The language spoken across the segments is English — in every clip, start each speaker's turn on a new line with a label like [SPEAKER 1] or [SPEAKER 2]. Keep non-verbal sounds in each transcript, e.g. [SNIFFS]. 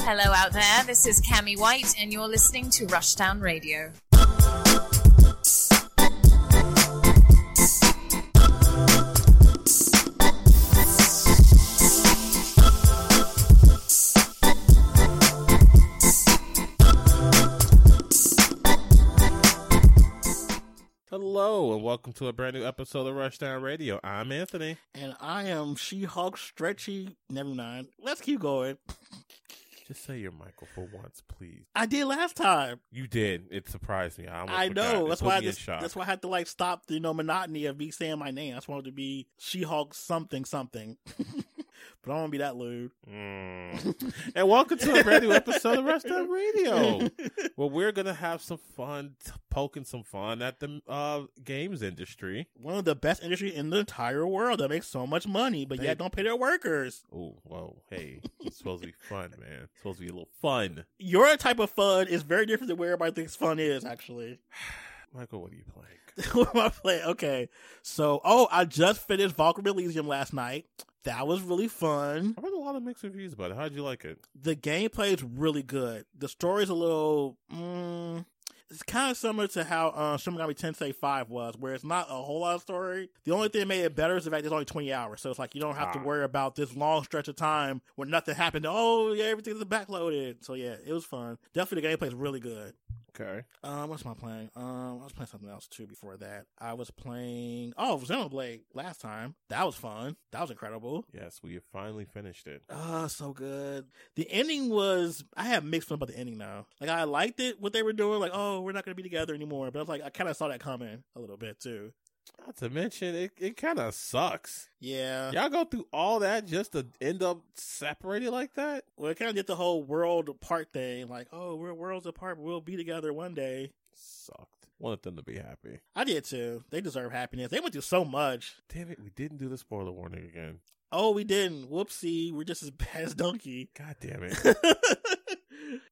[SPEAKER 1] hello out there. This is Cami White, and you're listening to Rushdown Radio.
[SPEAKER 2] Hello and welcome to a brand new episode of Rushdown Radio. I'm Anthony.
[SPEAKER 3] And I am She Hulk stretchy. Never mind. Let's keep going.
[SPEAKER 2] Just say your Michael for once, please.
[SPEAKER 3] I did last time.
[SPEAKER 2] You did. It surprised me. I, almost
[SPEAKER 3] I
[SPEAKER 2] forgot.
[SPEAKER 3] know.
[SPEAKER 2] It
[SPEAKER 3] That's
[SPEAKER 2] put
[SPEAKER 3] why. I
[SPEAKER 2] me in
[SPEAKER 3] just-
[SPEAKER 2] shock.
[SPEAKER 3] that's why I had to like stop the you know monotony of me saying my name. I just wanted to be She Hulk something something. [LAUGHS] but I don't want to be that lewd.
[SPEAKER 2] Mm. and welcome to a brand new episode of Rushdown
[SPEAKER 3] [LAUGHS]
[SPEAKER 2] Radio, where we're gonna have some fun t- poking some fun at the uh, games industry.
[SPEAKER 3] One of the best industry in the entire world that makes so much money, but
[SPEAKER 2] They-
[SPEAKER 3] yet don't pay their workers.
[SPEAKER 2] Oh, whoa, hey! It's supposed to be fun, man. It's supposed to be a little fun.
[SPEAKER 3] Your type of fun is very different than where everybody thinks fun is. Actually, [LAUGHS]
[SPEAKER 2] Michael, what are you playing?
[SPEAKER 3] what am I playing? Okay, so oh, I just finished Valkyrie Elysium last night. That was really fun.
[SPEAKER 2] I read a lot of mixed reviews about it. How'd you like it?
[SPEAKER 3] the gameplay is really good. The story's a little. Mm, it's kind of similar to how uh, Shin Megami Tensei 5 was, where it's not a whole lot of story. The only thing that made it better is the fact it's only 20 hours. So it's like you don't have
[SPEAKER 2] Ah.
[SPEAKER 3] to worry about this long stretch of time where nothing happened. Oh, yeah, everything's backloaded. So yeah, it was fun. Definitely the gameplay is really good.
[SPEAKER 2] Okay.
[SPEAKER 3] Um, what am I playing? Um, I was playing something else too before that. I was playing. Oh, Xenoblade last time. That was fun. That was incredible.
[SPEAKER 2] Yes, we have finally finished it.
[SPEAKER 3] Oh, so good. The ending was I have mixed feelings about the ending now. Like I liked it what they were doing, like, oh, we're not gonna be together anymore. But I was like, I kinda saw that coming a little bit too.
[SPEAKER 2] Not to mention, it, it kind of sucks.
[SPEAKER 3] Yeah.
[SPEAKER 2] Y'all go through all that just to end up separated like that?
[SPEAKER 3] Well it kinda did the whole world apart thing, like, oh, we're worlds apart, but we'll be together one day.
[SPEAKER 2] Sucked. Wanted them to be happy.
[SPEAKER 3] I did too. They deserve happiness. They went through so much.
[SPEAKER 2] Damn it, we didn't do the spoiler warning again.
[SPEAKER 3] Oh, we didn't. Whoopsie, we're just as [LAUGHS] bad as donkey.
[SPEAKER 2] God damn it.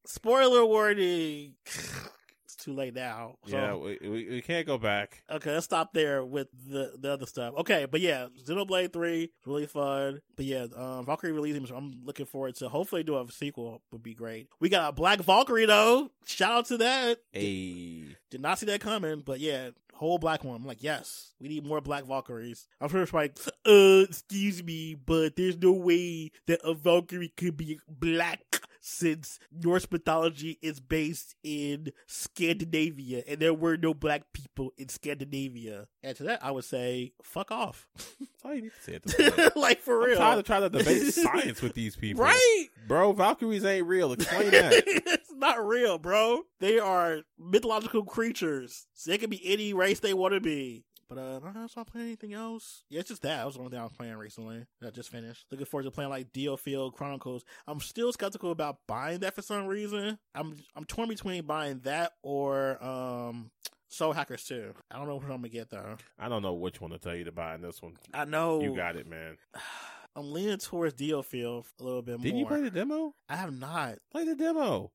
[SPEAKER 3] Spoiler warning. [SIGHS] it's too late now. [LAUGHS] So-
[SPEAKER 2] yeah, we, we, we can't go back.
[SPEAKER 3] Okay, let's stop there with the, the other stuff. Okay, but yeah, Xenoblade Three is really fun. But yeah, um, Valkyrie releasing. I'm looking forward to. Hopefully, do a sequel would be great. We got a Black Valkyrie though. Shout out to that.
[SPEAKER 2] Hey.
[SPEAKER 3] Did not see that coming, but yeah, whole black one. I'm like, yes, we need more Black Valkyries. I'm sure it's like, uh, excuse me, but there's no way that a Valkyrie could be black. Since Norse mythology is based in Scandinavia and there were no black people in Scandinavia. And to that, I would say, fuck off. [LAUGHS]
[SPEAKER 2] That's all you need to say at this point.
[SPEAKER 3] like, for
[SPEAKER 2] I'm
[SPEAKER 3] real.
[SPEAKER 2] tired of trying to
[SPEAKER 3] [LAUGHS]
[SPEAKER 2] debate science with these people.
[SPEAKER 3] right?
[SPEAKER 2] Bro, Valkyries ain't real. Explain that.
[SPEAKER 3] [LAUGHS] it's not real, bro. They are mythological creatures. So they can be any race they want to be. But uh, I don't know if I'm playing anything else. Yeah, it's just that. That was the only thing I was playing recently that I just finished. Looking forward to playing like Deal Field Chronicles. I'm still skeptical about buying that for some reason. I'm I'm torn between buying that or um Soul Hackers 2. I don't know what I'm gonna get though.
[SPEAKER 2] I don't know which one to tell you to buy in this one.
[SPEAKER 3] I know
[SPEAKER 2] You got it, man.
[SPEAKER 3] I'm leaning towards Deal Field a little bit
[SPEAKER 2] Didn't
[SPEAKER 3] more.
[SPEAKER 2] you play the demo?
[SPEAKER 3] I have not.
[SPEAKER 2] Play the
[SPEAKER 3] [SIGHS]
[SPEAKER 2] demo.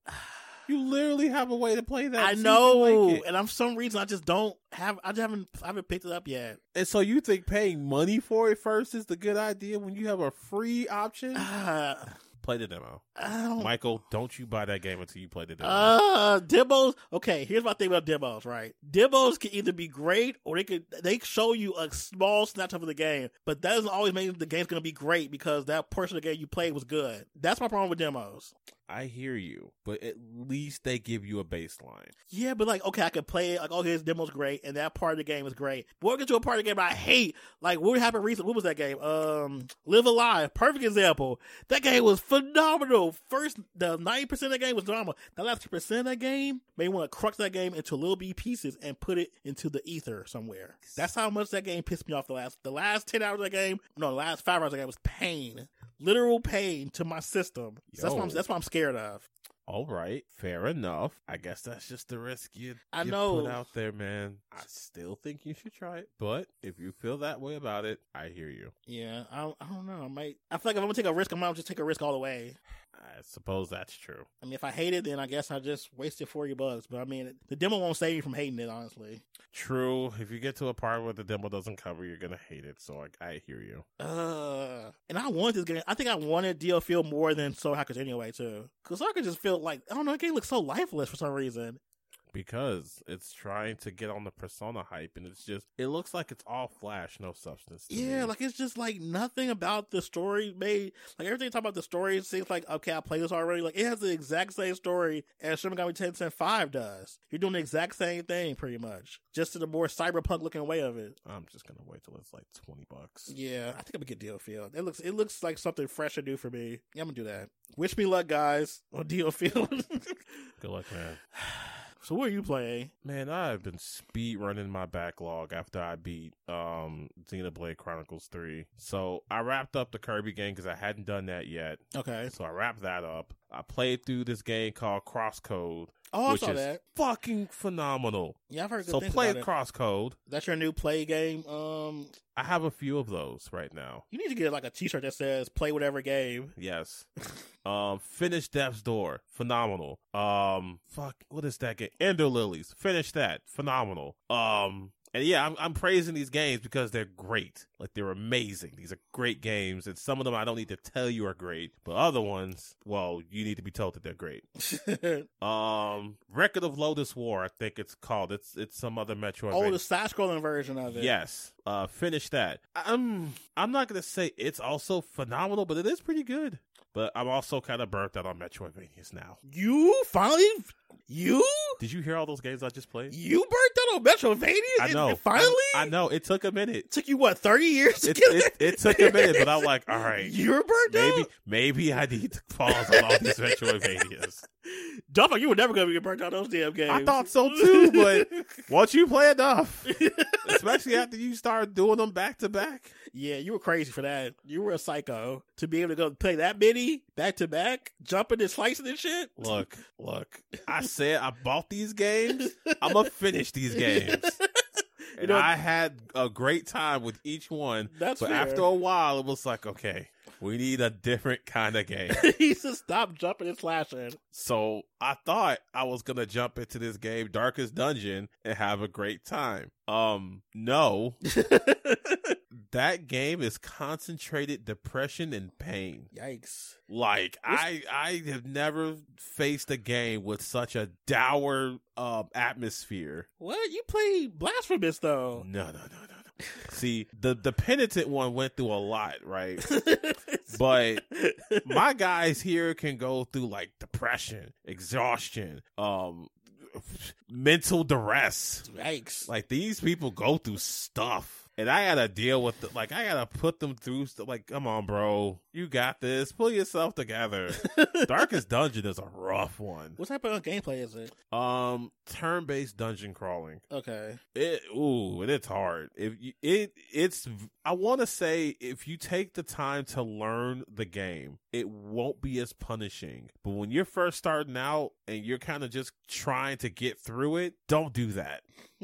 [SPEAKER 2] You literally have a way to play that.
[SPEAKER 3] I
[SPEAKER 2] See if you
[SPEAKER 3] know,
[SPEAKER 2] like it.
[SPEAKER 3] and I'm for some reason I just don't have. I just haven't. I haven't picked it up yet.
[SPEAKER 2] And so you think paying money for it first is the good idea when you have a free option?
[SPEAKER 3] Uh,
[SPEAKER 2] play the demo.
[SPEAKER 3] I don't.
[SPEAKER 2] Michael, don't you buy that game until you play the demo.
[SPEAKER 3] Oh. uh, demos. Okay, here's my thing about demos. Right, demos can either be great or they could they show you a small snapshot of the game, but that doesn't always mean the game's gonna be great because that portion of the game you played was good. That's my problem with demos.
[SPEAKER 2] I hear you, but at least they give you a baseline.
[SPEAKER 3] Yeah, but like, okay, I could play it. Like, oh, his demo's great, and that part of the game is great. But we'll get to a part of the game I hate. Like, what happened recently? What was that game? Um, Live Alive, perfect example. That game was phenomenal. First, the ninety percent of the game was drama. The last percent of that game made me want to crux that game into little b pieces and put it into the ether somewhere. That's how much that game pissed me off. The last, the last ten hours of that game, no, the last five hours of that game was pain, literal pain to my system. So that's what I'm,
[SPEAKER 2] Yo.
[SPEAKER 3] that's what I'm scared of.
[SPEAKER 2] All right, fair enough. I guess that's just the risk you,
[SPEAKER 3] I
[SPEAKER 2] you
[SPEAKER 3] know.
[SPEAKER 2] put out there, man. I still think you should try it, but if you feel that way about it, I hear you.
[SPEAKER 3] Yeah, I, I don't know. I might. I feel like if I'm gonna take a risk, I might just take a risk all the way.
[SPEAKER 2] I suppose that's true.
[SPEAKER 3] I mean, if I hate it, then I guess I just wasted 40 bucks. But I mean, the demo won't save you from hating it, honestly.
[SPEAKER 2] True. If you get to a part where the demo doesn't cover, you're gonna hate it. So I, I hear you.
[SPEAKER 3] Uh, and I wanted this game. I think I wanted DLField more than Soul Hackers anyway, too. Because Soul Hackers just felt like, I don't know, that game looks so lifeless for some reason.
[SPEAKER 2] because it's trying to get on the persona hype and it's just it looks like it's all flash no substance to
[SPEAKER 3] Yeah,
[SPEAKER 2] me.
[SPEAKER 3] like it's just like nothing about the story made like everything you talk about the story it seems like okay, I played this already. Like it has the exact same story as Shin Megami Tensei Five does. You're doing the exact same thing pretty much, just in a more cyberpunk looking way of it.
[SPEAKER 2] i'm just gonna wait till it's like 20 bucks
[SPEAKER 3] Yeah, I think I'm gonna get Deal Field. It looks it looks like something fresh and new for me. Yeah, I'm gonna do that. Wish me luck, guys, on Deal [LAUGHS] Field.
[SPEAKER 2] good luck man
[SPEAKER 3] so what are you playing?
[SPEAKER 2] man i've been speed running my backlog after i beat um xenoblade chronicles 3 so i wrapped up the kirby game because i hadn't done that yet
[SPEAKER 3] Okay.
[SPEAKER 2] so i wrapped that up i played through this game called crosscode
[SPEAKER 3] Oh, I
[SPEAKER 2] which
[SPEAKER 3] saw
[SPEAKER 2] is
[SPEAKER 3] that.
[SPEAKER 2] fucking phenomenal
[SPEAKER 3] Yeah, I've heard good
[SPEAKER 2] so
[SPEAKER 3] things
[SPEAKER 2] play
[SPEAKER 3] about it.
[SPEAKER 2] crosscode
[SPEAKER 3] That's your new play game. Um,
[SPEAKER 2] i have a few of those right now
[SPEAKER 3] you need to get like a T-shirt that says "Play whatever game."
[SPEAKER 2] [LAUGHS] Yes. um, finish Death's Door. Phenomenal. Um, fuck, what is that game? Ender Lilies. Finish that. Phenomenal. Um, and yeah, I'm, I'm praising these games because they're great. Like they're amazing. These are great games, and some of them I don't need to tell you are great, but other ones, well, you need to be told that they're great.
[SPEAKER 3] oh,
[SPEAKER 2] Um, Record of Lotus War, I think it's called. It's it's some other Metroid.
[SPEAKER 3] Oh, the side scrolling version of it.
[SPEAKER 2] Yes. Uh, finish that. I'm I'm not gonna say it's also phenomenal, but it is pretty good. But I'm also kind of burnt out on Metroidvanias now.
[SPEAKER 3] You finally you
[SPEAKER 2] Did you hear all those games I just played?
[SPEAKER 3] you burnt out on Metroidvania?
[SPEAKER 2] I
[SPEAKER 3] And-
[SPEAKER 2] know.
[SPEAKER 3] and finally?
[SPEAKER 2] I, I know. It took a minute.
[SPEAKER 3] took you what, thirty years to
[SPEAKER 2] It,
[SPEAKER 3] get
[SPEAKER 2] it, it took a minute, but [LAUGHS]
[SPEAKER 3] [LAUGHS]
[SPEAKER 2] I'm like, all right,
[SPEAKER 3] You're burnt
[SPEAKER 2] maybe
[SPEAKER 3] out?
[SPEAKER 2] maybe I need to pause on all these Metroidvanias.
[SPEAKER 3] Dumbo, you were never gonna get burnt out on those damn games.
[SPEAKER 2] I thought so too, [LAUGHS] but once you play enough, especially after you start doing them back to back,
[SPEAKER 3] [LAUGHS] Yeah, you were crazy for that. You were a psycho. To be able to go play that many back to back, jumping and slicing and shit.
[SPEAKER 2] Look, look. I said I bought these games. I'm gonna finish [LAUGHS] these games. And
[SPEAKER 3] know-
[SPEAKER 2] I had a great time with each one,
[SPEAKER 3] That's
[SPEAKER 2] but
[SPEAKER 3] fair.
[SPEAKER 2] after
[SPEAKER 3] [LAUGHS]
[SPEAKER 2] a while, it was like, okay, we need a different kind of game.
[SPEAKER 3] he said stop jumping and slashing.
[SPEAKER 2] so I thought I was gonna jump into this game, Darkest Dungeon, and have a great time. Um, [LAUGHS] no, that game is concentrated depression and pain.
[SPEAKER 3] Yikes.
[SPEAKER 2] Like I, I have never faced a game with such a dour um, atmosphere.
[SPEAKER 3] What? You play blasphemous
[SPEAKER 2] No,
[SPEAKER 3] though.
[SPEAKER 2] no, no, no, no. See, the the penitent one went through a lot, right? Mm.
[SPEAKER 3] [LAUGHS]
[SPEAKER 2] [LAUGHS] But my guys here can go through like depression, exhaustion, um, mental duress.
[SPEAKER 3] Yikes.
[SPEAKER 2] Like these people go through stuff, and I gotta deal with the, like I gotta put them through. St- like, come on, bro, you got this. Pull yourself together. Darkest Dungeon is a rough one.
[SPEAKER 3] What type of gameplay is it?
[SPEAKER 2] Um, turn-based dungeon crawling.
[SPEAKER 3] Okay.
[SPEAKER 2] It ooh, and it's hard. If you, it it's I want to say if you take the time to learn the game, it won't be as punishing. But when you're first starting out and you're kind of just trying to get through it, don't do that.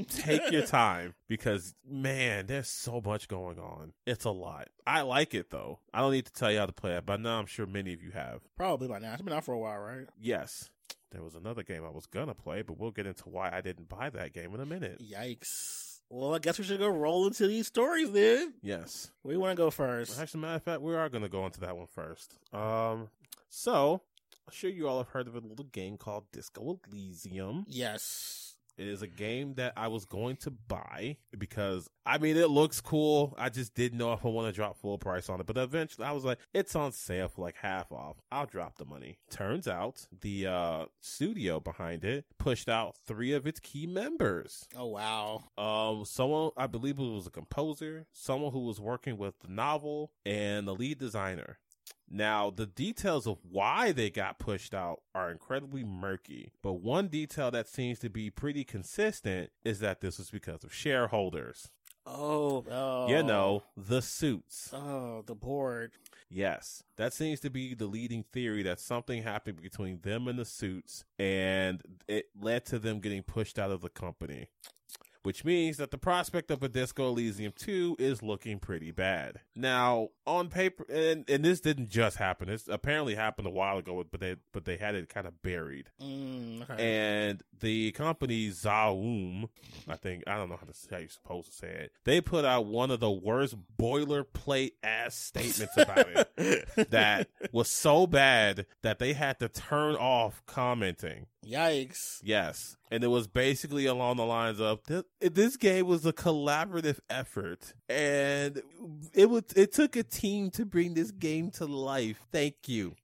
[SPEAKER 2] Take
[SPEAKER 3] [LAUGHS]
[SPEAKER 2] your time because man, there's so much going on. It's a lot. I like it though. I don't need to tell you how to play it, but now I'm sure many of you have.
[SPEAKER 3] Probably by now. It's been out for a while, right?
[SPEAKER 2] Yes. There was another game I was gonna play, but we'll get into why I didn't buy that game in a minute.
[SPEAKER 3] Yikes. Well, I guess we should go roll into these stories then.
[SPEAKER 2] Yes.
[SPEAKER 3] We want to go first.
[SPEAKER 2] Actually, matter of fact, we are going to go into that one first. Um, so I'm sure you all have heard of a little game called Disco Elysium.
[SPEAKER 3] Yes.
[SPEAKER 2] It is a game that I was going to buy because I mean it looks cool. I just didn't know if I want to drop full price on it, but eventually I was like, it's on sale for like half off. I'll drop the money. Turns out the uh, studio behind it pushed out three of its key members.
[SPEAKER 3] Oh wow.
[SPEAKER 2] Um, someone I believe it was a composer, someone who was working with the novel, and the lead designer. Now, the details of why they got pushed out are incredibly murky, but one detail that seems to be pretty consistent is that this was because of shareholders.
[SPEAKER 3] Oh. oh.
[SPEAKER 2] You know, the suits.
[SPEAKER 3] Oh, the board.
[SPEAKER 2] Yes, that seems to be the leading theory that something happened between them and the suits, and it led to them getting pushed out of the company. which means that the prospect of a Disco Elysium 2 is looking pretty bad. Now, on paper, and, and this didn't just happen. This apparently happened a while ago, but they but they had it kind of buried.
[SPEAKER 3] Mm, okay.
[SPEAKER 2] And the company Zaum, I think I don't know how to how you're supposed to say it. They put out one of the worst boilerplate ass statements about
[SPEAKER 3] [LAUGHS]
[SPEAKER 2] it that was so bad that they had to turn off commenting.
[SPEAKER 3] Yikes. [LAUGHS]
[SPEAKER 2] Yes. And it was basically along the lines of this, this game was a collaborative effort and it was it took a team to bring this game to life. Thank you.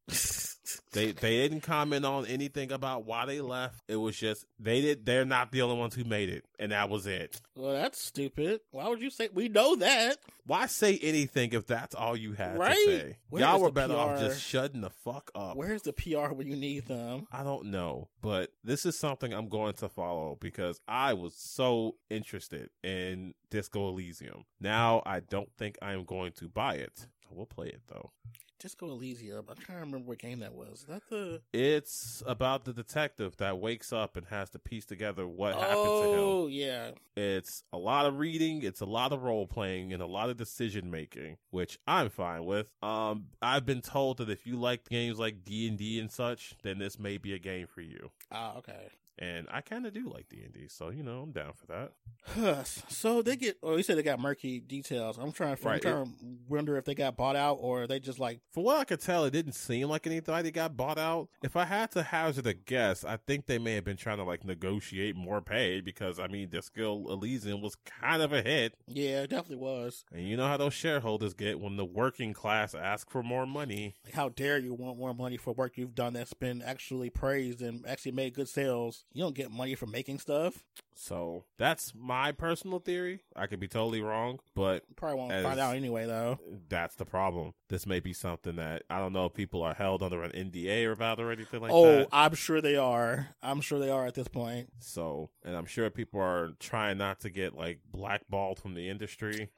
[SPEAKER 2] They they didn't comment on anything about why they left. It was just they did they're not the only ones who made it and that was it.
[SPEAKER 3] well, that's stupid. Why would you say we know that?
[SPEAKER 2] Why say anything if that's all you had
[SPEAKER 3] Right?
[SPEAKER 2] to say?
[SPEAKER 3] Where is
[SPEAKER 2] Y'all were
[SPEAKER 3] the
[SPEAKER 2] better off
[SPEAKER 3] PR?
[SPEAKER 2] just shutting the fuck up.
[SPEAKER 3] Where's the PR when you need them?
[SPEAKER 2] I don't know, but this is something I'm going to follow because I was so interested in Disco Elysium. Now I don't think I am going to buy it. I will play it though.
[SPEAKER 3] Disco Elysium. I'm trying to remember what game that was. Is that the
[SPEAKER 2] It's about the detective that wakes up and has to piece together what happened to him.
[SPEAKER 3] Oh yeah.
[SPEAKER 2] It's a lot of reading, it's a lot of role playing, and a lot of decision making, which I'm fine with. Um, I've been told that if you like games like D and D and such, then this may be a game for you.
[SPEAKER 3] Ah, okay.
[SPEAKER 2] And I kind of do like D and D, so you know I'm down for that.
[SPEAKER 3] so they get oh you said they got murky details. I'm trying, I'm
[SPEAKER 2] Right,
[SPEAKER 3] trying to wonder if they got bought out or they just like
[SPEAKER 2] From what I could tell, it didn't seem like anything that got bought out. If I had to hazard a guess, I think they may have been trying to like negotiate more pay because I mean, the skill Elysium was kind of a hit,
[SPEAKER 3] yeah, it definitely was.
[SPEAKER 2] and you know how those shareholders get when the working class ask for more money.
[SPEAKER 3] Like, how dare you want more money for work you've done that's been actually praised and actually made good sales? You don't get money for making stuff.
[SPEAKER 2] So that's my personal theory. I could be totally wrong, but
[SPEAKER 3] Probably won't
[SPEAKER 2] As-
[SPEAKER 3] find out anyway, though.
[SPEAKER 2] that's the problem. This may be something that I don't know if people are held under an NDA about or anything like
[SPEAKER 3] oh,
[SPEAKER 2] that.
[SPEAKER 3] I'm sure they are. I'm sure they are at this point. [SIGHS]
[SPEAKER 2] So, and I'm sure people are trying not to get like blackballed from the industry.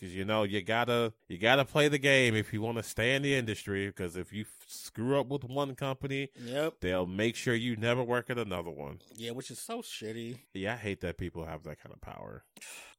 [SPEAKER 2] Cause you know you gotta you gotta play the game if you want to stay in the industry. Because if you f- screw up with one company,
[SPEAKER 3] yep.
[SPEAKER 2] they'll make sure you never work at another one.
[SPEAKER 3] Yeah, which is so shitty.
[SPEAKER 2] Yeah, I hate that people have that kind of power.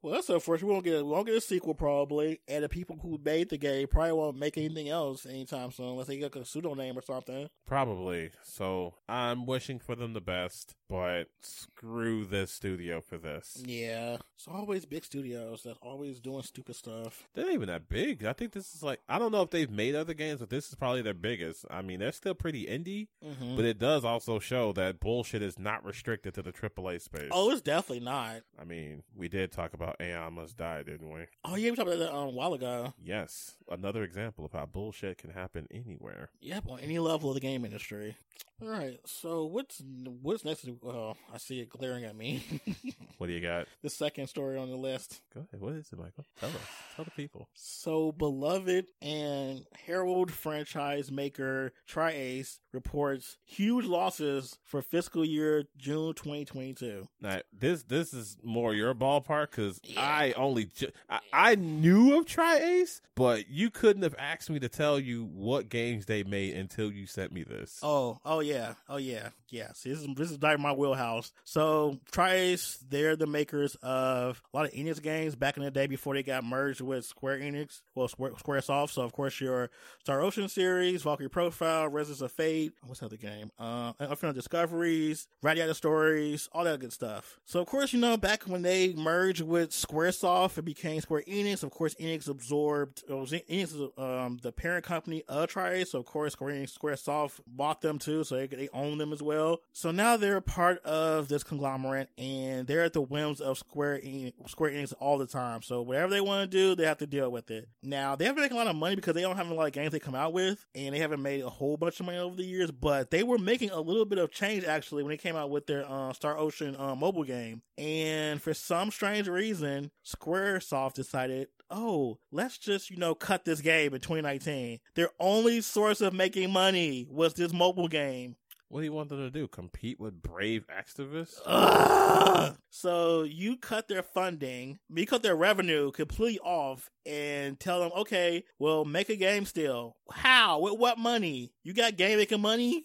[SPEAKER 3] Well, that's unfortunate. We won't get a, we won't get a sequel probably, and the people who made the game probably won't make anything else anytime soon, unless they get a pseudonym or something.
[SPEAKER 2] Probably. So I'm wishing for them the best, but screw this studio for this.
[SPEAKER 3] Yeah, it's always big studios that's always doing stupid stuff.
[SPEAKER 2] They're not even that big. I think this is like I don't know if they've made other games, but this is probably their biggest. I mean, they're still pretty indie,
[SPEAKER 3] Mm-hmm.
[SPEAKER 2] but it does also show that bullshit is not restricted to the AAA space.
[SPEAKER 3] oh, it's definitely not.
[SPEAKER 2] I mean, we did talk about AI Must Die, didn't we?
[SPEAKER 3] Oh yeah, we talked about that um, a while ago.
[SPEAKER 2] Yes, another example of how bullshit can happen anywhere.
[SPEAKER 3] Yep, on any level of the game industry. All right, so what's what's next? Well, I see it glaring at me. [LAUGHS]
[SPEAKER 2] What do you got?
[SPEAKER 3] the second story on the list.
[SPEAKER 2] Go ahead. What is it, Michael? Tell us. Tell the people.
[SPEAKER 3] So, beloved and herald franchise maker TriAce reports huge losses for fiscal year June 2022.
[SPEAKER 2] Now, this this is more your ballpark because
[SPEAKER 3] Yeah.
[SPEAKER 2] I only ju- I, I knew of Tri Ace, but you couldn't have asked me to tell you what games they made until you sent me this.
[SPEAKER 3] Oh, oh yeah, oh yeah, yeah. See, this is this is right in my wheelhouse. So Triace, they're the makers of a lot of Enix games back in the day before they got merged with Square Enix, well Square SquareSoft. So of course your Star Ocean series, Valkyrie Profile, Residence of Fate. What's another game? Uh, Infinite Discoveries, Radiator Stories, all that good stuff. So of course you know back when they merged with SquareSoft, it became Square Enix. Of course Enix absorbed it was Enix is um, the parent company of Triace. So of course Square Enix, SquareSoft bought them too, so they, they own them as well. So now they're part of this conglomerate, and they're at the whims of Square Enix, Square Enix all the time. So whatever they want to do, they have to deal with it. Now they haven't making a lot of money because they don't have a lot of games they come out with, and they haven't made a whole bunch of money over the years. But they were making a little bit of change actually when they came out with their uh, Star Ocean uh, mobile game, and for some strange reason, SquareSoft decided oh, let's just, you know, cut this game in 2019. Their only source of making money was this mobile game.
[SPEAKER 2] What do you want them to do? Compete with Brave Activists?
[SPEAKER 3] Uh. Ugh! So you cut their funding, you cut their revenue completely off and tell them, okay, well, make a game still. How? With what money? You got game making money?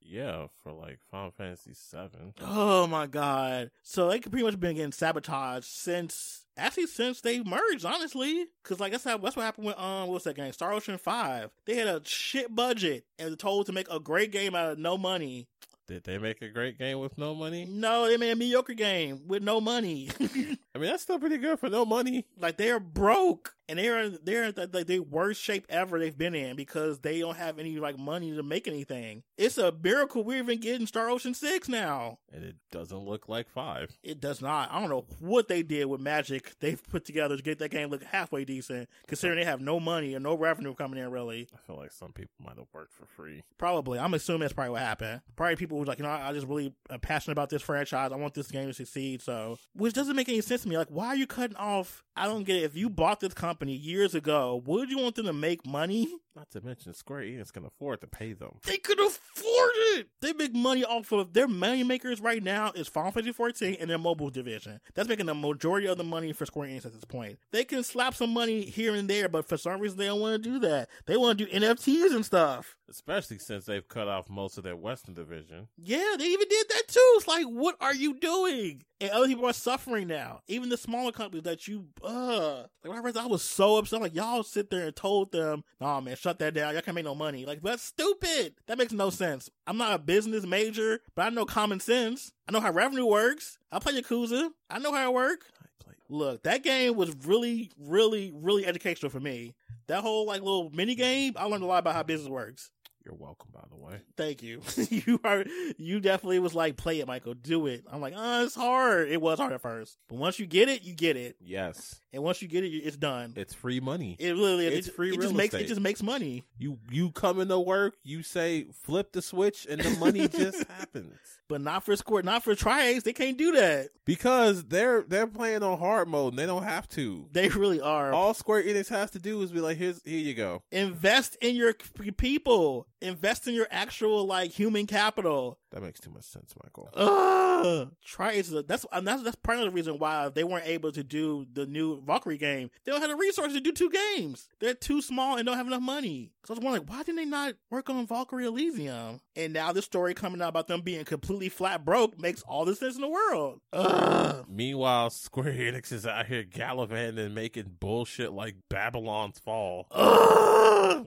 [SPEAKER 2] yeah, for like Final Fantasy Seven.
[SPEAKER 3] Oh my god! So they could pretty much been getting sabotaged since actually since they merged, honestly. Because like that's how that's what happened with um what's that game Star Ocean Five? They had a shit budget and were told to make a great game out of no money.
[SPEAKER 2] Did they make a great game with no money?
[SPEAKER 3] No, they made a mediocre game with no money. [LAUGHS]
[SPEAKER 2] I mean, that's still pretty good for no money.
[SPEAKER 3] like they are broke and they are they're in, like the worst shape ever they've been in because they don't have any like money to make anything. It's a miracle we're even getting Star Ocean Six now.
[SPEAKER 2] And it doesn't look like five.
[SPEAKER 3] It does not. I don't know what they did with Magic they've put together to get that game look halfway decent, considering they have no money and no revenue coming in really.
[SPEAKER 2] I feel like some people might have worked for free.
[SPEAKER 3] Probably. I'm assuming that's probably what happened. Probably people were like, you know, I I just really am passionate about this franchise. I want this game to succeed. So, which doesn't make any sense to me. Like, why are you cutting off? I don't get it. If you bought this company years ago, would you want them to make money?
[SPEAKER 2] Not to mention Square Enix can afford to pay them.
[SPEAKER 3] [LAUGHS] They could afford it. They make money off of their money makers right now is Final Fantasy 14 and their mobile division. That's making the majority of the money for Square Enix at this point. They can slap some money here and there, but for some reason they don't want to do that. They want to do NFTs and stuff.
[SPEAKER 2] Especially since they've cut off most of their Western division.
[SPEAKER 3] Yeah, they even did that too. It's like, what are you doing? And other people are suffering now. Even the smaller companies that you, uh, like when I read that, I was so upset. I'm like, y'all sit there and told them, nah, man, shut that down. Y'all can't make no money. Like, that's stupid. That makes no sense. I'm not a business major, but I know common sense. I know how revenue works. I play Yakuza. I know how it works.
[SPEAKER 2] I played
[SPEAKER 3] Look, that game was really, really, really educational for me. That whole like little mini game, I learned a lot about how business works.
[SPEAKER 2] You're welcome, by the way.
[SPEAKER 3] Thank you. [LAUGHS] you are you definitely was like, play it, Michael, do it. I'm like, uh, it's hard. It was hard at first, but once you get it, you get it,
[SPEAKER 2] Yes,
[SPEAKER 3] and once you get it, you- it's done.
[SPEAKER 2] it's free money.
[SPEAKER 3] It really,
[SPEAKER 2] It's
[SPEAKER 3] it,
[SPEAKER 2] free
[SPEAKER 3] It just
[SPEAKER 2] real
[SPEAKER 3] makes
[SPEAKER 2] estate.
[SPEAKER 3] it just makes money.
[SPEAKER 2] You you come into work, you say flip the switch, and the money just happens
[SPEAKER 3] But not for score, not for triates. They can't do that.
[SPEAKER 2] because they're they're playing on hard mode and they don't have to.
[SPEAKER 3] They really are.
[SPEAKER 2] All Square Enix has to do is be like, here's here you go.
[SPEAKER 3] Invest in your c- people. Invest in your actual like human capital.
[SPEAKER 2] That makes too much sense, Michael.
[SPEAKER 3] Ugh. Triates. is a- That's and that's that's part of the reason why they weren't able to do the new Valkyrie game. They don't have the resources to do two games. They're too small and don't have enough money. So I was wondering why didn't they not work on Valkyrie Elysium? And now this story coming out about them being completely flat broke makes all the sense in the world. Ugh.
[SPEAKER 2] Meanwhile, [LAUGHS] Square Enix is out here gallivanting and making bullshit like Babylon's Fall.
[SPEAKER 3] Ugh.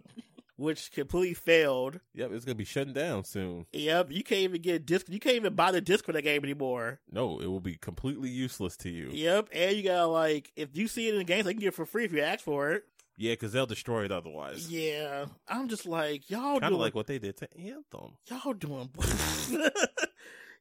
[SPEAKER 3] Which completely failed.
[SPEAKER 2] Yep, it's gonna be shutting down soon.
[SPEAKER 3] Yep, you can't even get a disc. You can't even buy the disc for that game anymore.
[SPEAKER 2] No, it will be completely useless to you.
[SPEAKER 3] Yep, and you gotta like if you see it in the games, they can get it for free if you ask for it.
[SPEAKER 2] Yeah, because they'll destroy it otherwise.
[SPEAKER 3] Yeah, I'm just like y'all
[SPEAKER 2] Kind
[SPEAKER 3] doing
[SPEAKER 2] of like what they did to Anthem.
[SPEAKER 3] y'all doing. [LAUGHS]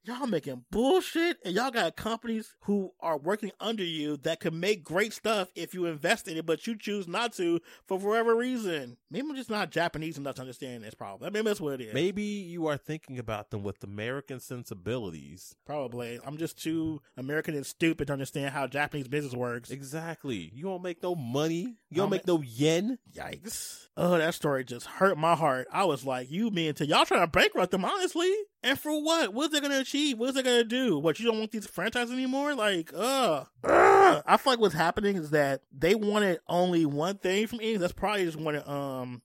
[SPEAKER 3] y'all making bullshit, and y'all got companies who are working under you that could make great stuff if you invest in it, but you choose not to for whatever reason. Maybe I'm just not Japanese enough to understand this problem. Maybe that's what it is.
[SPEAKER 2] Maybe you are thinking about them with American sensibilities.
[SPEAKER 3] Probably, I'm just too American and stupid to understand how Japanese business works.
[SPEAKER 2] Exactly. You don't make no money. You don't
[SPEAKER 3] I'm-
[SPEAKER 2] make no yen.
[SPEAKER 3] Yikes. Oh, that story just hurt my heart. I was like, you mean to y'all trying to bankrupt them, honestly? And for what? What's they gonna achieve? What's they gonna do? What you don't want these franchises anymore? Like, ugh. Ugh. I feel like what's happening is that they wanted only one thing from Enix. That's probably just wanted um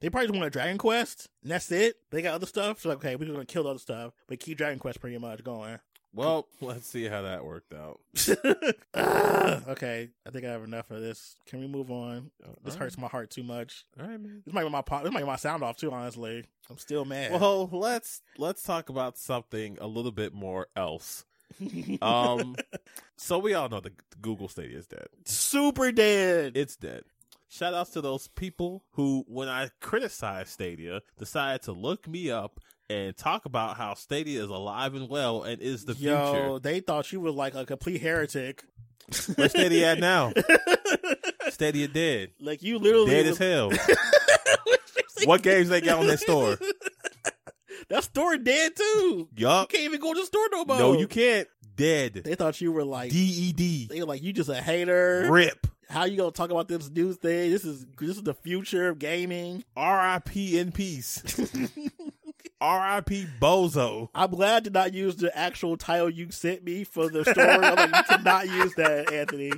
[SPEAKER 3] they probably just wanted Dragon Quest and that's it. They got other stuff. So like, okay, we're gonna kill the other stuff, but keep Dragon Quest pretty much going. [LAUGHS]
[SPEAKER 2] Well, [LAUGHS] let's see how that worked out.
[SPEAKER 3] Ugh. okay, I think I have enough of this. Can we move on? This hurts my heart too much.
[SPEAKER 2] All right, man.
[SPEAKER 3] This might be my pop. This might be my sound off too. Honestly, I'm still mad.
[SPEAKER 2] Well, let's let's talk about something a little bit more else.
[SPEAKER 3] [LAUGHS]
[SPEAKER 2] Um, so we all know the Google Stadia is dead.
[SPEAKER 3] super dead.
[SPEAKER 2] It's dead. Shout outs to those people who, when I criticized Stadia, decided to look me up and talk about how Stadia is alive and well and is the
[SPEAKER 3] Yo,
[SPEAKER 2] future.
[SPEAKER 3] they thought you were like a complete heretic.
[SPEAKER 2] Where's Stadia at
[SPEAKER 3] [LAUGHS]
[SPEAKER 2] now? Stadia dead.
[SPEAKER 3] like you literally
[SPEAKER 2] Dead as
[SPEAKER 3] was- [LAUGHS]
[SPEAKER 2] hell. what games they got on that store?
[SPEAKER 3] that store dead too. [LAUGHS] You
[SPEAKER 2] Yup.
[SPEAKER 3] can't even go to the store no more.
[SPEAKER 2] No, you can't. Dead.
[SPEAKER 3] They thought you were like
[SPEAKER 2] D E D.
[SPEAKER 3] they were like you just a hater.
[SPEAKER 2] Rip.
[SPEAKER 3] How you gonna talk about this new thing? This is this is the future of gaming.
[SPEAKER 2] R.I.P. in peace.
[SPEAKER 3] [LAUGHS]
[SPEAKER 2] R.I.P. Bozo.
[SPEAKER 3] I'm glad to not use the actual title you sent me for the story. I'm like, you cannot use that, Anthony.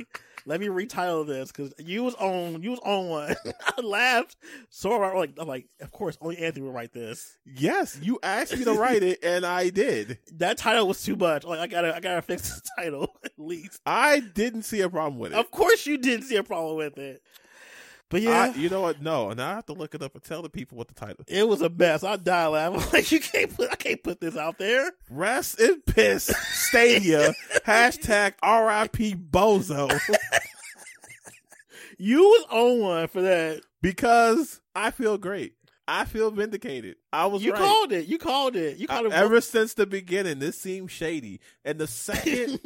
[SPEAKER 3] Let me retitle this because you was on you was on one. [LAUGHS] I laughed so hard. I'm like I'm like, of course, only Anthony would write this.
[SPEAKER 2] Yes, you asked me to write it, and I did.
[SPEAKER 3] That title was too much. Like I gotta I gotta fix this [LAUGHS] title at least.
[SPEAKER 2] I didn't see a problem with it.
[SPEAKER 3] Of course, you didn't see a problem with it. But yeah,
[SPEAKER 2] I, you know what? No, and I have to look it up and tell the people what the title.
[SPEAKER 3] it was a mess. I died laughing. [LAUGHS] Like you can't put I can't put this out there.
[SPEAKER 2] Rest in piss.
[SPEAKER 3] [LAUGHS]
[SPEAKER 2] Stadia. hashtag R.I.P. Bozo.
[SPEAKER 3] You was on one for that.
[SPEAKER 2] Because I feel great. I feel vindicated. I was
[SPEAKER 3] You
[SPEAKER 2] right.
[SPEAKER 3] called it. You called it. You called
[SPEAKER 2] I-
[SPEAKER 3] it.
[SPEAKER 2] ever since the beginning, this seemed shady. And the
[SPEAKER 3] [LAUGHS]
[SPEAKER 2] second,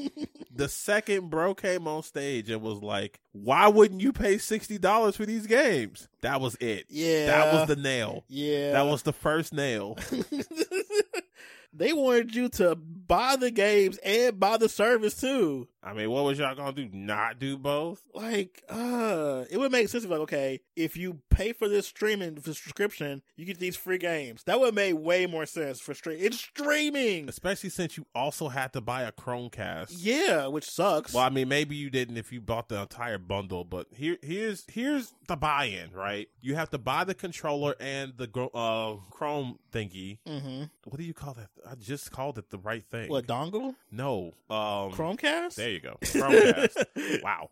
[SPEAKER 2] the second bro came on stage and was like, "Why wouldn't you pay sixty dollars for these games?" That was it.
[SPEAKER 3] yeah.
[SPEAKER 2] That was the nail.
[SPEAKER 3] yeah.
[SPEAKER 2] That was the first nail.
[SPEAKER 3] [LAUGHS] they wanted you to buy the games and buy the service too.
[SPEAKER 2] I mean, what was y'all gonna do? Not do both?
[SPEAKER 3] Like, uh, it would make sense if like, okay, if you pay for this streaming for subscription, you get these free games. That would make way more sense for stream. It's streaming.
[SPEAKER 2] Especially since you also had to buy a Chromecast.
[SPEAKER 3] Yeah, which sucks.
[SPEAKER 2] Well, I mean, maybe you didn't if you bought the entire bundle, but here, here's here's the buy-in, right? You have to buy the controller and the gro- uh, Chrome thingy.
[SPEAKER 3] mm-hmm.
[SPEAKER 2] What do you call that? I just called it the right thing.
[SPEAKER 3] What dongle?
[SPEAKER 2] No. Um,
[SPEAKER 3] Chromecast?
[SPEAKER 2] There you go. Chromecast. wow.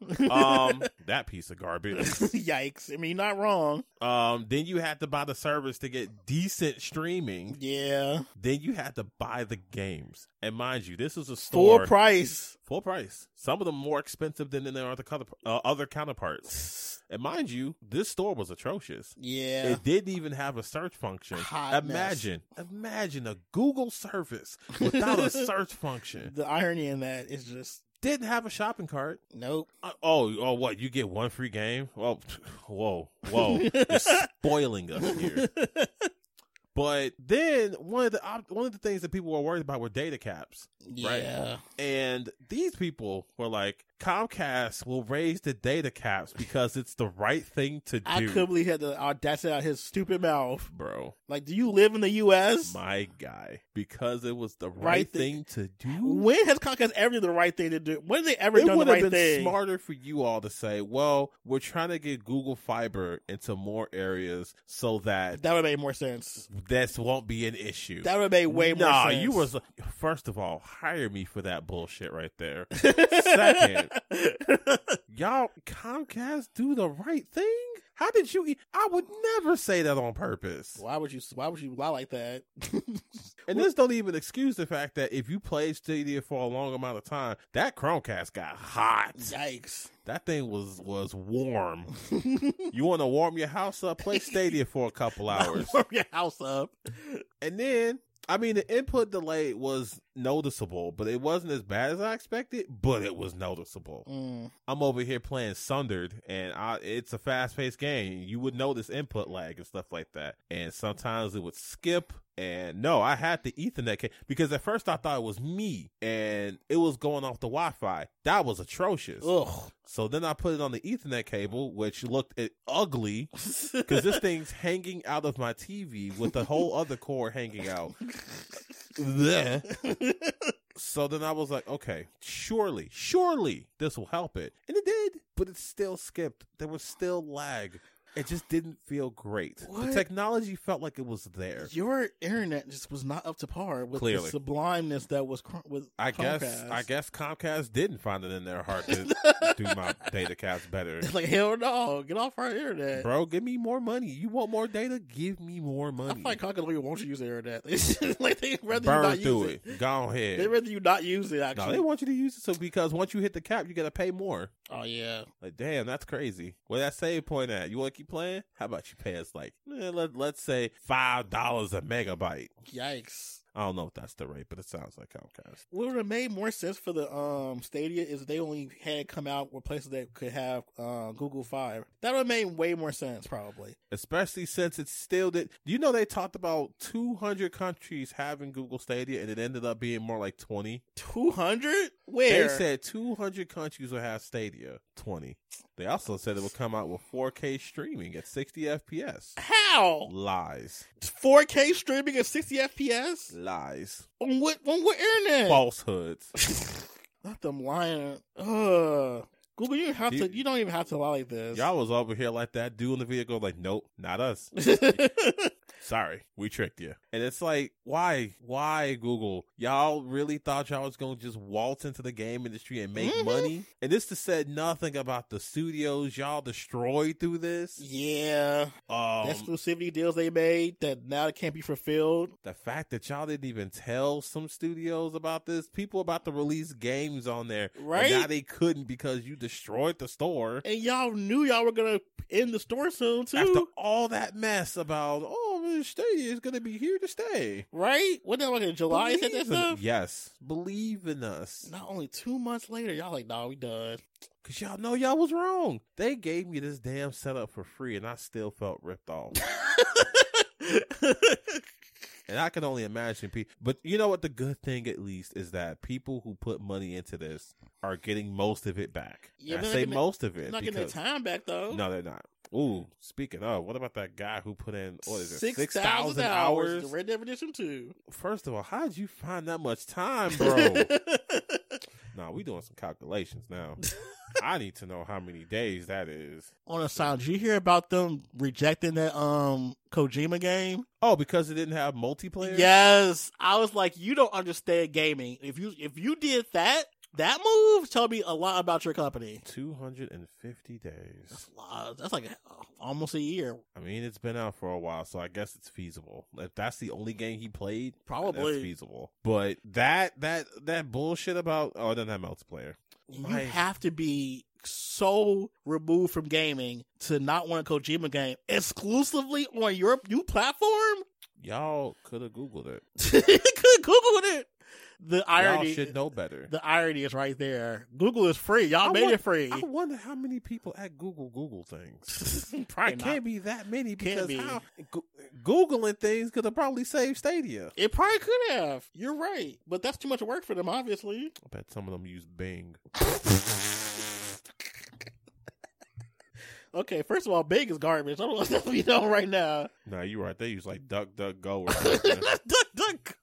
[SPEAKER 2] Um, that piece of garbage.
[SPEAKER 3] [LAUGHS] Yikes! I mean, not wrong.
[SPEAKER 2] Um, then you had to buy the service to get decent streaming.
[SPEAKER 3] Yeah,
[SPEAKER 2] Then you had to buy the games. And mind you, this is a store.
[SPEAKER 3] full price.
[SPEAKER 2] Full price. Some of them more expensive than their other counter- uh, other counterparts. And mind you, this store was atrocious.
[SPEAKER 3] Yeah,
[SPEAKER 2] It didn't even have a search function.
[SPEAKER 3] Hot mess.
[SPEAKER 2] imagine, imagine a Google service without
[SPEAKER 3] [LAUGHS]
[SPEAKER 2] a search function.
[SPEAKER 3] the irony in that is just
[SPEAKER 2] Didn't have a shopping cart.
[SPEAKER 3] nope.
[SPEAKER 2] Uh, oh, oh, what? You get one free game? Well, [SIGHS] whoa, whoa, you're spoiling us
[SPEAKER 3] [LAUGHS]
[SPEAKER 2] here. But then one of the op- one of the things that people were worried about were data caps.
[SPEAKER 3] Yeah,
[SPEAKER 2] And these people were like, Comcast will raise the data caps because it's the right thing to do.
[SPEAKER 3] I couldn't believe he had the audacity out of his stupid mouth.
[SPEAKER 2] Bro,
[SPEAKER 3] Like, do you live in the U.S.?
[SPEAKER 2] my guy, because it was the right,
[SPEAKER 3] Right
[SPEAKER 2] thing to do.
[SPEAKER 3] when has Comcast ever done the right thing to do? When have they ever
[SPEAKER 2] It
[SPEAKER 3] done the
[SPEAKER 2] would have
[SPEAKER 3] right
[SPEAKER 2] been
[SPEAKER 3] thing?
[SPEAKER 2] smarter for you all to say, well, we're trying to get Google Fiber into more areas so that
[SPEAKER 3] That would make more sense.
[SPEAKER 2] this won't be an issue.
[SPEAKER 3] That would make way more
[SPEAKER 2] nah,
[SPEAKER 3] sense.
[SPEAKER 2] you was first of all, hire me for that bullshit right there. Second, y'all Comcast do the right thing? How did you? e- I would never say that on purpose.
[SPEAKER 3] [LAUGHS] why would you? Why would you lie like that? [LAUGHS]
[SPEAKER 2] And this don't even excuse the fact that if you played Stadia for a long amount of time, that Chromecast got hot.
[SPEAKER 3] Yikes!
[SPEAKER 2] That thing was was warm. you want to warm your house up? Play Stadia for a couple hours,
[SPEAKER 3] Warm your house up.
[SPEAKER 2] and then. I mean, the input delay was noticeable, but it wasn't as bad as I expected. But it was noticeable.
[SPEAKER 3] Mm.
[SPEAKER 2] I'm over here playing Sundered, and I, it's a fast paced game. You would notice input lag and stuff like that. And sometimes it would skip. And no, I had the Ethernet ca- because at first I thought it was me, and it was going off the Wi Fi. That was atrocious. [LAUGHS]
[SPEAKER 3] Ugh.
[SPEAKER 2] So then I put it on the Ethernet cable, which looked it ugly because this thing's hanging out of my TV with the whole other cord hanging out. Bleh. So then I was like, okay, surely, surely this will help it. And it did, but it still skipped. There was still lag. It just didn't feel great.
[SPEAKER 3] What?
[SPEAKER 2] The technology felt like it was there.
[SPEAKER 3] Your internet just was not up to par with
[SPEAKER 2] Clearly.
[SPEAKER 3] the sublimeness that was cr- with
[SPEAKER 2] I guess
[SPEAKER 3] Comcast.
[SPEAKER 2] I guess Comcast didn't find it in their heart
[SPEAKER 3] [LAUGHS]
[SPEAKER 2] to do my data caps better.
[SPEAKER 3] It's [LAUGHS] like hell no, get off our internet.
[SPEAKER 2] Bro, give me more money. You want more data? Give me more
[SPEAKER 3] I
[SPEAKER 2] money.
[SPEAKER 3] find Cockaloy won't use their internet. [LAUGHS] It's just like they rather you
[SPEAKER 2] Burn
[SPEAKER 3] not
[SPEAKER 2] through
[SPEAKER 3] use
[SPEAKER 2] it.
[SPEAKER 3] it.
[SPEAKER 2] Go
[SPEAKER 3] They
[SPEAKER 2] ahead.
[SPEAKER 3] rather you not use it.
[SPEAKER 2] No,
[SPEAKER 3] Actually,
[SPEAKER 2] they want you to use it so because once you hit the cap, you gotta pay more.
[SPEAKER 3] oh yeah,
[SPEAKER 2] Like, damn, that's crazy. Where that save point at? You want to keep playing? How about you pay us like, eh, let, let's say five dollars a megabyte.
[SPEAKER 3] yikes.
[SPEAKER 2] I don't know if that's the rate, but it sounds like Comcast.
[SPEAKER 3] What would have made more sense for the um Stadia is they only had it come out with places that could have uh, Google Five. That would have made way more sense, probably.
[SPEAKER 2] Especially since it's still that. Do you know they talked about two hundred countries having Google Stadia, and it ended up being more like twenty.
[SPEAKER 3] Two hundred?
[SPEAKER 2] They
[SPEAKER 3] Where?
[SPEAKER 2] said two hundred countries will have Stadia. Twenty. They also said it will come out with four K streaming at sixty FPS.
[SPEAKER 3] how?
[SPEAKER 2] Lies,
[SPEAKER 3] 4K streaming at 60 FPS
[SPEAKER 2] lies,
[SPEAKER 3] on what on what internet? [LAUGHS]
[SPEAKER 2] falsehoods.
[SPEAKER 3] Not them lying. Ugh. Google, you don't have
[SPEAKER 2] You-
[SPEAKER 3] to. You don't even have to lie like this.
[SPEAKER 2] Y'all [LAUGHS] was over here like that dude in the vehicle, like, nope, not us. Sorry, we tricked you. And it's like, why, why Google? Y'all really thought y'all was gonna just waltz into the game industry and make
[SPEAKER 3] Mhm.
[SPEAKER 2] money? And this to said nothing about the studios y'all destroyed through this.
[SPEAKER 3] [LAUGHS] yeah, the
[SPEAKER 2] Um,
[SPEAKER 3] exclusivity deals they made that now can't be fulfilled.
[SPEAKER 2] the fact that y'all didn't even tell some studios about this, people about to release games on there, and
[SPEAKER 3] Right?
[SPEAKER 2] now they couldn't because you destroyed the store.
[SPEAKER 3] And y'all knew y'all were gonna end the store soon too,
[SPEAKER 2] After all that mess about, oh, this Stadia is gonna be here to stay.
[SPEAKER 3] right? What the like in July? Is that
[SPEAKER 2] Believe
[SPEAKER 3] that
[SPEAKER 2] in-
[SPEAKER 3] stuff?
[SPEAKER 2] Yes, believe in us.
[SPEAKER 3] Not only two months later, y'all like, nah, we done. [LAUGHS]
[SPEAKER 2] Cause y'all know y'all was wrong. They gave me this damn setup for free, and I still felt ripped [LAUGHS] off. and I can only imagine people. But you know what? The good thing, at least, is that people who put money into this are getting most of it back. And
[SPEAKER 3] Yeah,
[SPEAKER 2] I
[SPEAKER 3] they're not
[SPEAKER 2] say
[SPEAKER 3] getting their-
[SPEAKER 2] most of
[SPEAKER 3] They're
[SPEAKER 2] it
[SPEAKER 3] not getting their
[SPEAKER 2] because
[SPEAKER 3] time back though.
[SPEAKER 2] no, they're not. Ooh, speaking of, what about that guy who put in what is it six
[SPEAKER 3] 6,000
[SPEAKER 2] thousand hours?
[SPEAKER 3] to Red Dead Redemption 2.
[SPEAKER 2] First of all, how would you find that much [LAUGHS] time,
[SPEAKER 3] [LAUGHS]
[SPEAKER 2] bro? nah, we doing some calculations now. I need to know how many days that is.
[SPEAKER 3] On a sound, did you hear about them rejecting that um Kojima game?
[SPEAKER 2] Oh, because it didn't have multiplayer.
[SPEAKER 3] Yes. I was like, you don't understand gaming. If you if you did that, that move tell me a lot about your company.
[SPEAKER 2] 250 days.
[SPEAKER 3] That's a lot. That's like uh, almost a year.
[SPEAKER 2] I mean, it's been out for a while, so I guess it's feasible. If that's the only game he played,
[SPEAKER 3] Probably.
[SPEAKER 2] that's feasible. But that that that bullshit about oh, it doesn't have multiplayer.
[SPEAKER 3] you
[SPEAKER 2] Like-
[SPEAKER 3] have to be so removed from gaming to not want a Kojima game exclusively on your new platform. [LAUGHS]
[SPEAKER 2] Y'all could have googled it.
[SPEAKER 3] Could Google it. The
[SPEAKER 2] Y'all
[SPEAKER 3] irony,
[SPEAKER 2] should know better.
[SPEAKER 3] the irony is right there. Google is free. Y'all
[SPEAKER 2] I
[SPEAKER 3] made
[SPEAKER 2] want-
[SPEAKER 3] it free.
[SPEAKER 2] I wonder how many people at Google Google things.
[SPEAKER 3] [LAUGHS] Probably
[SPEAKER 2] it
[SPEAKER 3] not.
[SPEAKER 2] can't be that many because
[SPEAKER 3] be.
[SPEAKER 2] how, Go- googling things could have probably saved Stadia.
[SPEAKER 3] It probably could have. You're right, but that's too much work for them. Obviously,
[SPEAKER 2] I bet some of them use Bing.
[SPEAKER 3] okay. First of all, Bing is garbage. I don't [LAUGHS] know what you know right now. [LAUGHS]
[SPEAKER 2] Nah, you're right. They use like Duck Duck Go or something.
[SPEAKER 3] duck, duck.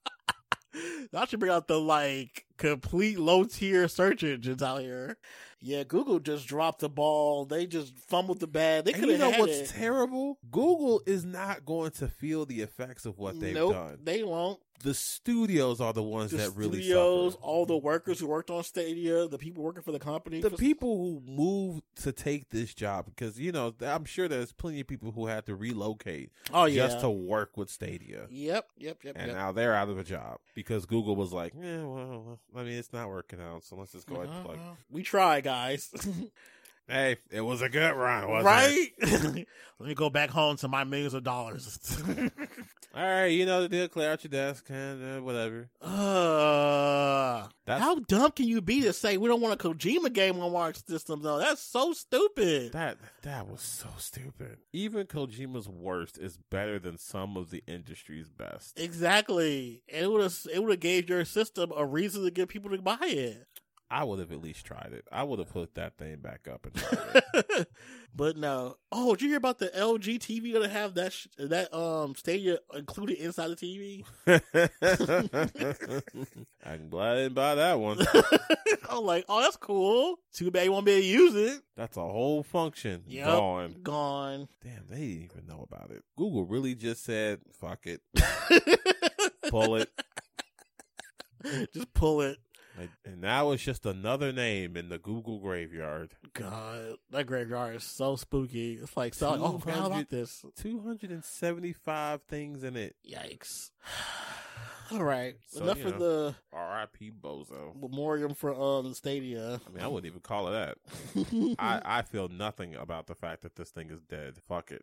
[SPEAKER 3] That should bring out the like complete low tier search engines out here. Yeah, Google just dropped the ball. They just fumbled the bag. They
[SPEAKER 2] And
[SPEAKER 3] could
[SPEAKER 2] you
[SPEAKER 3] have
[SPEAKER 2] know
[SPEAKER 3] had
[SPEAKER 2] what's
[SPEAKER 3] it.
[SPEAKER 2] terrible? Google is not going to feel the effects of what they've
[SPEAKER 3] nope,
[SPEAKER 2] done.
[SPEAKER 3] they won't.
[SPEAKER 2] The studios are the ones
[SPEAKER 3] The
[SPEAKER 2] that really
[SPEAKER 3] studios,
[SPEAKER 2] suffer.
[SPEAKER 3] all the workers who worked on Stadia, the people working for the company,
[SPEAKER 2] The people who moved to take this job, because you know, th- I'm sure there's plenty of people who had to relocate
[SPEAKER 3] oh yeah,
[SPEAKER 2] just to work with Stadia,
[SPEAKER 3] yep, yep, yep,
[SPEAKER 2] and
[SPEAKER 3] yep.
[SPEAKER 2] now they're out of a job because Google was like, "Yeah, well, I mean, it's not working out, so let's just go ahead and
[SPEAKER 3] [GASPS]
[SPEAKER 2] plug."
[SPEAKER 3] Uh-huh. We try, guys. [LAUGHS]
[SPEAKER 2] Hey, it was a good run, wasn't it?
[SPEAKER 3] right? [LAUGHS] Let me go back home to my millions of dollars. [LAUGHS]
[SPEAKER 2] All right, you know the deal. Clear out your desk and uh, whatever.
[SPEAKER 3] Uh,
[SPEAKER 2] That's-
[SPEAKER 3] how dumb can you be to say we don't want a Kojima game on our system though? That's so stupid.
[SPEAKER 2] That that was so stupid. Even Kojima's worst is better than some of the industry's best.
[SPEAKER 3] exactly, and it would have it would have gave your system a reason to get people to buy it. [LAUGHS]
[SPEAKER 2] I would have at least tried it. I would have put that thing back up and tried it.
[SPEAKER 3] but no. Oh, did you hear about the LG TV gonna have that sh- that um Stadia included inside the
[SPEAKER 2] [LAUGHS]
[SPEAKER 3] TV?
[SPEAKER 2] I'm glad I didn't buy that one.
[SPEAKER 3] I'm like, oh, that's cool. Too bad you won't be able to use it.
[SPEAKER 2] That's a whole function
[SPEAKER 3] Yep.
[SPEAKER 2] gone. [LAUGHS]
[SPEAKER 3] Gone.
[SPEAKER 2] Damn, they didn't even know about it. Google really just said, "Fuck it, pull it,"
[SPEAKER 3] [LAUGHS] Just pull it.
[SPEAKER 2] Like, and now it's just another name in the Google graveyard.
[SPEAKER 3] God, that graveyard is so spooky. It's like, so, oh, I forgot all about
[SPEAKER 2] 200
[SPEAKER 3] this.
[SPEAKER 2] Two hundred and seventy-five things in it.
[SPEAKER 3] Yikes. [SIGHS] All right.
[SPEAKER 2] So,
[SPEAKER 3] Enough
[SPEAKER 2] you
[SPEAKER 3] for
[SPEAKER 2] know.
[SPEAKER 3] the
[SPEAKER 2] R.I.P. Bozo.
[SPEAKER 3] memoriam for um, Stadia. [LAUGHS]
[SPEAKER 2] I mean, I wouldn't even call it that. I, I feel nothing about the fact that this thing is dead. Fuck it.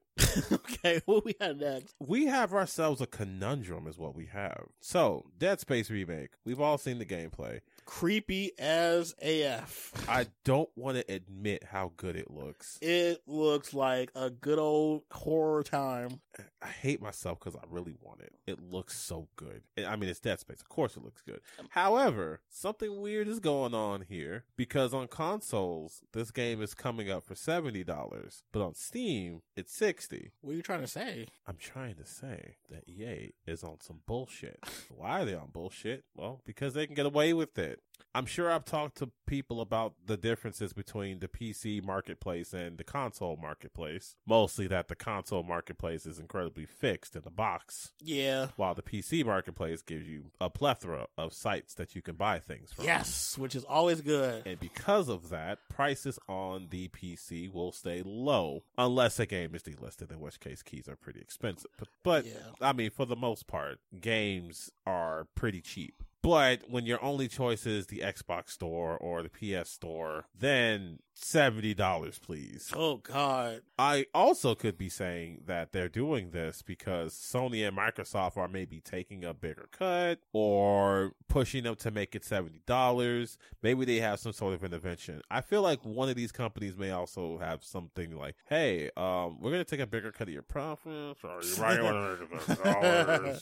[SPEAKER 3] okay, [LAUGHS] what we had next?
[SPEAKER 2] We have ourselves a conundrum, is what we have. So, Dead Space Remake. We've all seen the gameplay.
[SPEAKER 3] Creepy as AF.
[SPEAKER 2] I don't want to admit how good it looks.
[SPEAKER 3] it looks like a good old horror time.
[SPEAKER 2] I hate myself because I really want it. It looks so good. And, I mean, it's Dead Space. Of course, it looks good. However, something weird is going on here because on consoles, this game is coming up for $70, but on Steam, it's 60
[SPEAKER 3] What are you trying to say?
[SPEAKER 2] I'm trying to say that E EA is on some bullshit. Why are they on bullshit? Well, because they can get away with it. I'm sure I've talked to people about the differences between the PC marketplace and the console marketplace. Mostly that the console marketplace is incredibly fixed in the box,
[SPEAKER 3] Yeah.
[SPEAKER 2] while the PC marketplace gives you a plethora of sites that you can buy things from.
[SPEAKER 3] Yes, which is always good.
[SPEAKER 2] And because of that, prices on the PC will stay low unless a game is delisted, in which case keys are pretty expensive. But, but
[SPEAKER 3] Yeah.
[SPEAKER 2] I mean, for the most part, games are pretty cheap. But when your only choice is the Xbox store or the PS store, then $70, please.
[SPEAKER 3] Oh God.
[SPEAKER 2] I also could be saying that they're doing this because Sony and Microsoft are maybe taking a bigger cut or pushing them to make it $70. Maybe they have some sort of intervention. I feel like one of these companies may also have something like, hey, um, we're going to take a bigger cut of your profits or you're right $100.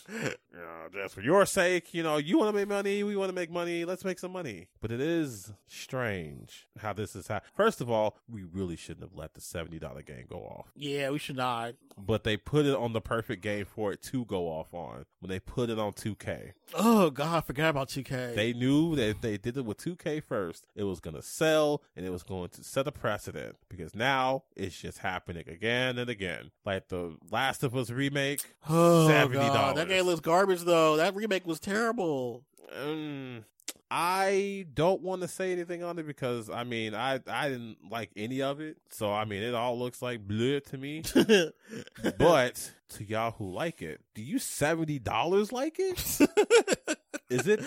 [SPEAKER 2] Yeah, just for your sake, you know, you want to make money, we want to make money, let's make some money. But it is strange how this is happening. First of all, we really shouldn't have let the $70 game go off.
[SPEAKER 3] yeah, we should not.
[SPEAKER 2] But they put it on the perfect game for it to go off on when they put it on 2K.
[SPEAKER 3] Oh God, I forgot about 2K.
[SPEAKER 2] They knew that if they did it with 2K first, it was going to sell and it was going to set a precedent because now it's just happening again and again. Like the Last of Us remake,
[SPEAKER 3] oh,
[SPEAKER 2] $70.
[SPEAKER 3] God. That game looks garbage though. That remake was
[SPEAKER 2] [LAUGHS]
[SPEAKER 3] terrible.
[SPEAKER 2] Um, I don't want to say anything on it because I mean I I didn't like any of it, so I mean it all looks like bleh to me. but to y'all who like it, do you seventy dollars like it?
[SPEAKER 3] [LAUGHS]
[SPEAKER 2] Is it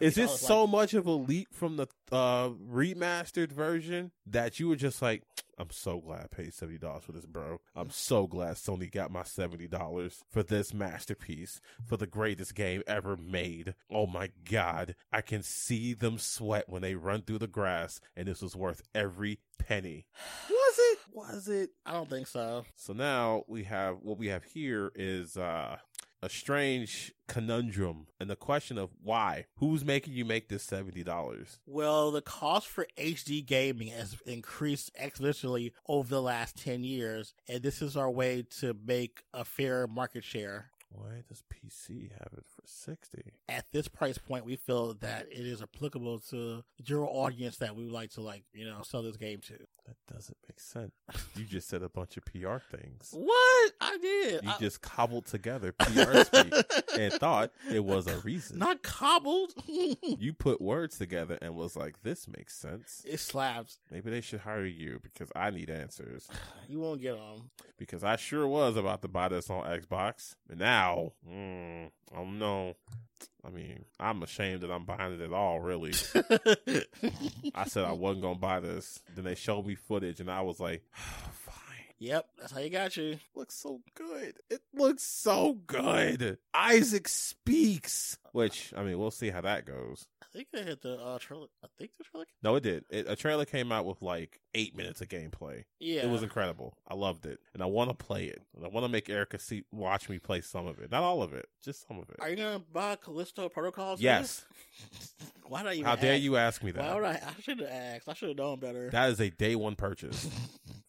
[SPEAKER 2] is it so much of a leap from the uh, remastered version that you were just like, I'm so glad I paid seventy dollars for this, bro. I'm so glad Sony got my seventy dollars for this masterpiece, for the greatest game ever made. Oh my god, I can see them sweat when they run through the grass, and this was worth every penny. Was it? Was it?
[SPEAKER 3] I don't think so.
[SPEAKER 2] So now we have what we have here is uh, a strange conundrum and the question of why. Who's making you make this seventy dollars?
[SPEAKER 3] Well, the cost for HD gaming has increased exponentially over the last 10 years, and this is our way to make a fair market share.
[SPEAKER 2] Why does PC have it for sixty?
[SPEAKER 3] At this price point, we feel that it is applicable to the general audience that we would like to, like, you know, sell this game to.
[SPEAKER 2] That doesn't make sense. You just said a bunch of PR
[SPEAKER 3] [LAUGHS]
[SPEAKER 2] things.
[SPEAKER 3] What? I did.
[SPEAKER 2] You
[SPEAKER 3] I-
[SPEAKER 2] just cobbled together PR speak and thought it was a reason.
[SPEAKER 3] [LAUGHS] Not cobbled. [LAUGHS]
[SPEAKER 2] you put words together and was like, "This makes sense."
[SPEAKER 3] it slaps.
[SPEAKER 2] Maybe they should hire you because I need answers.
[SPEAKER 3] You won't
[SPEAKER 2] [LAUGHS]
[SPEAKER 3] get them.
[SPEAKER 2] because I sure was about to buy this on Xbox, but now, mm, I don't know. I mean, I'm ashamed that I'm behind it at all. Really, I said I wasn't gonna buy this. Then they showed me footage, and I was like, [SIGHS] "Fine,
[SPEAKER 3] yep, that's how you got you.
[SPEAKER 2] looks so good. It looks so good." Isaac speaks, which I mean, we'll see how that goes.
[SPEAKER 3] I think they hit the uh, trailer. I think the trailer.
[SPEAKER 2] No, it did. It, a trailer came out with like eight minutes of gameplay.
[SPEAKER 3] Yeah,
[SPEAKER 2] It was incredible. I loved it, and I want to play it. And I want to make Erica see watch me play some of it, not all of it, just some of it.
[SPEAKER 3] Are you gonna buy Callisto Protocols? [LAUGHS]
[SPEAKER 2] Yes.
[SPEAKER 3] Why did I even
[SPEAKER 2] How dare
[SPEAKER 3] ask?
[SPEAKER 2] you ask me
[SPEAKER 3] Why would
[SPEAKER 2] that?
[SPEAKER 3] I? I should have asked. I should have known better. [LAUGHS]
[SPEAKER 2] That is a day one purchase.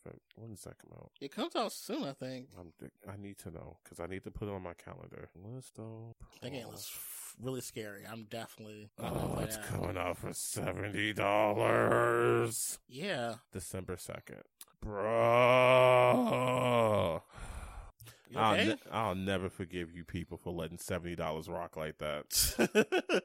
[SPEAKER 2] [LAUGHS] when does that come out?
[SPEAKER 3] it comes out soon, I think.
[SPEAKER 2] I'm, I need to know because I need to put it on my calendar. Let's go.
[SPEAKER 3] That game looks f- really scary. I'm definitely.
[SPEAKER 2] Oh, it's
[SPEAKER 3] Yeah.
[SPEAKER 2] coming out for seventy dollars.
[SPEAKER 3] Yeah.
[SPEAKER 2] December second, bro.
[SPEAKER 3] You
[SPEAKER 2] I'll,
[SPEAKER 3] okay?
[SPEAKER 2] ne- I'll never forgive you people for letting seventy dollars rock like that.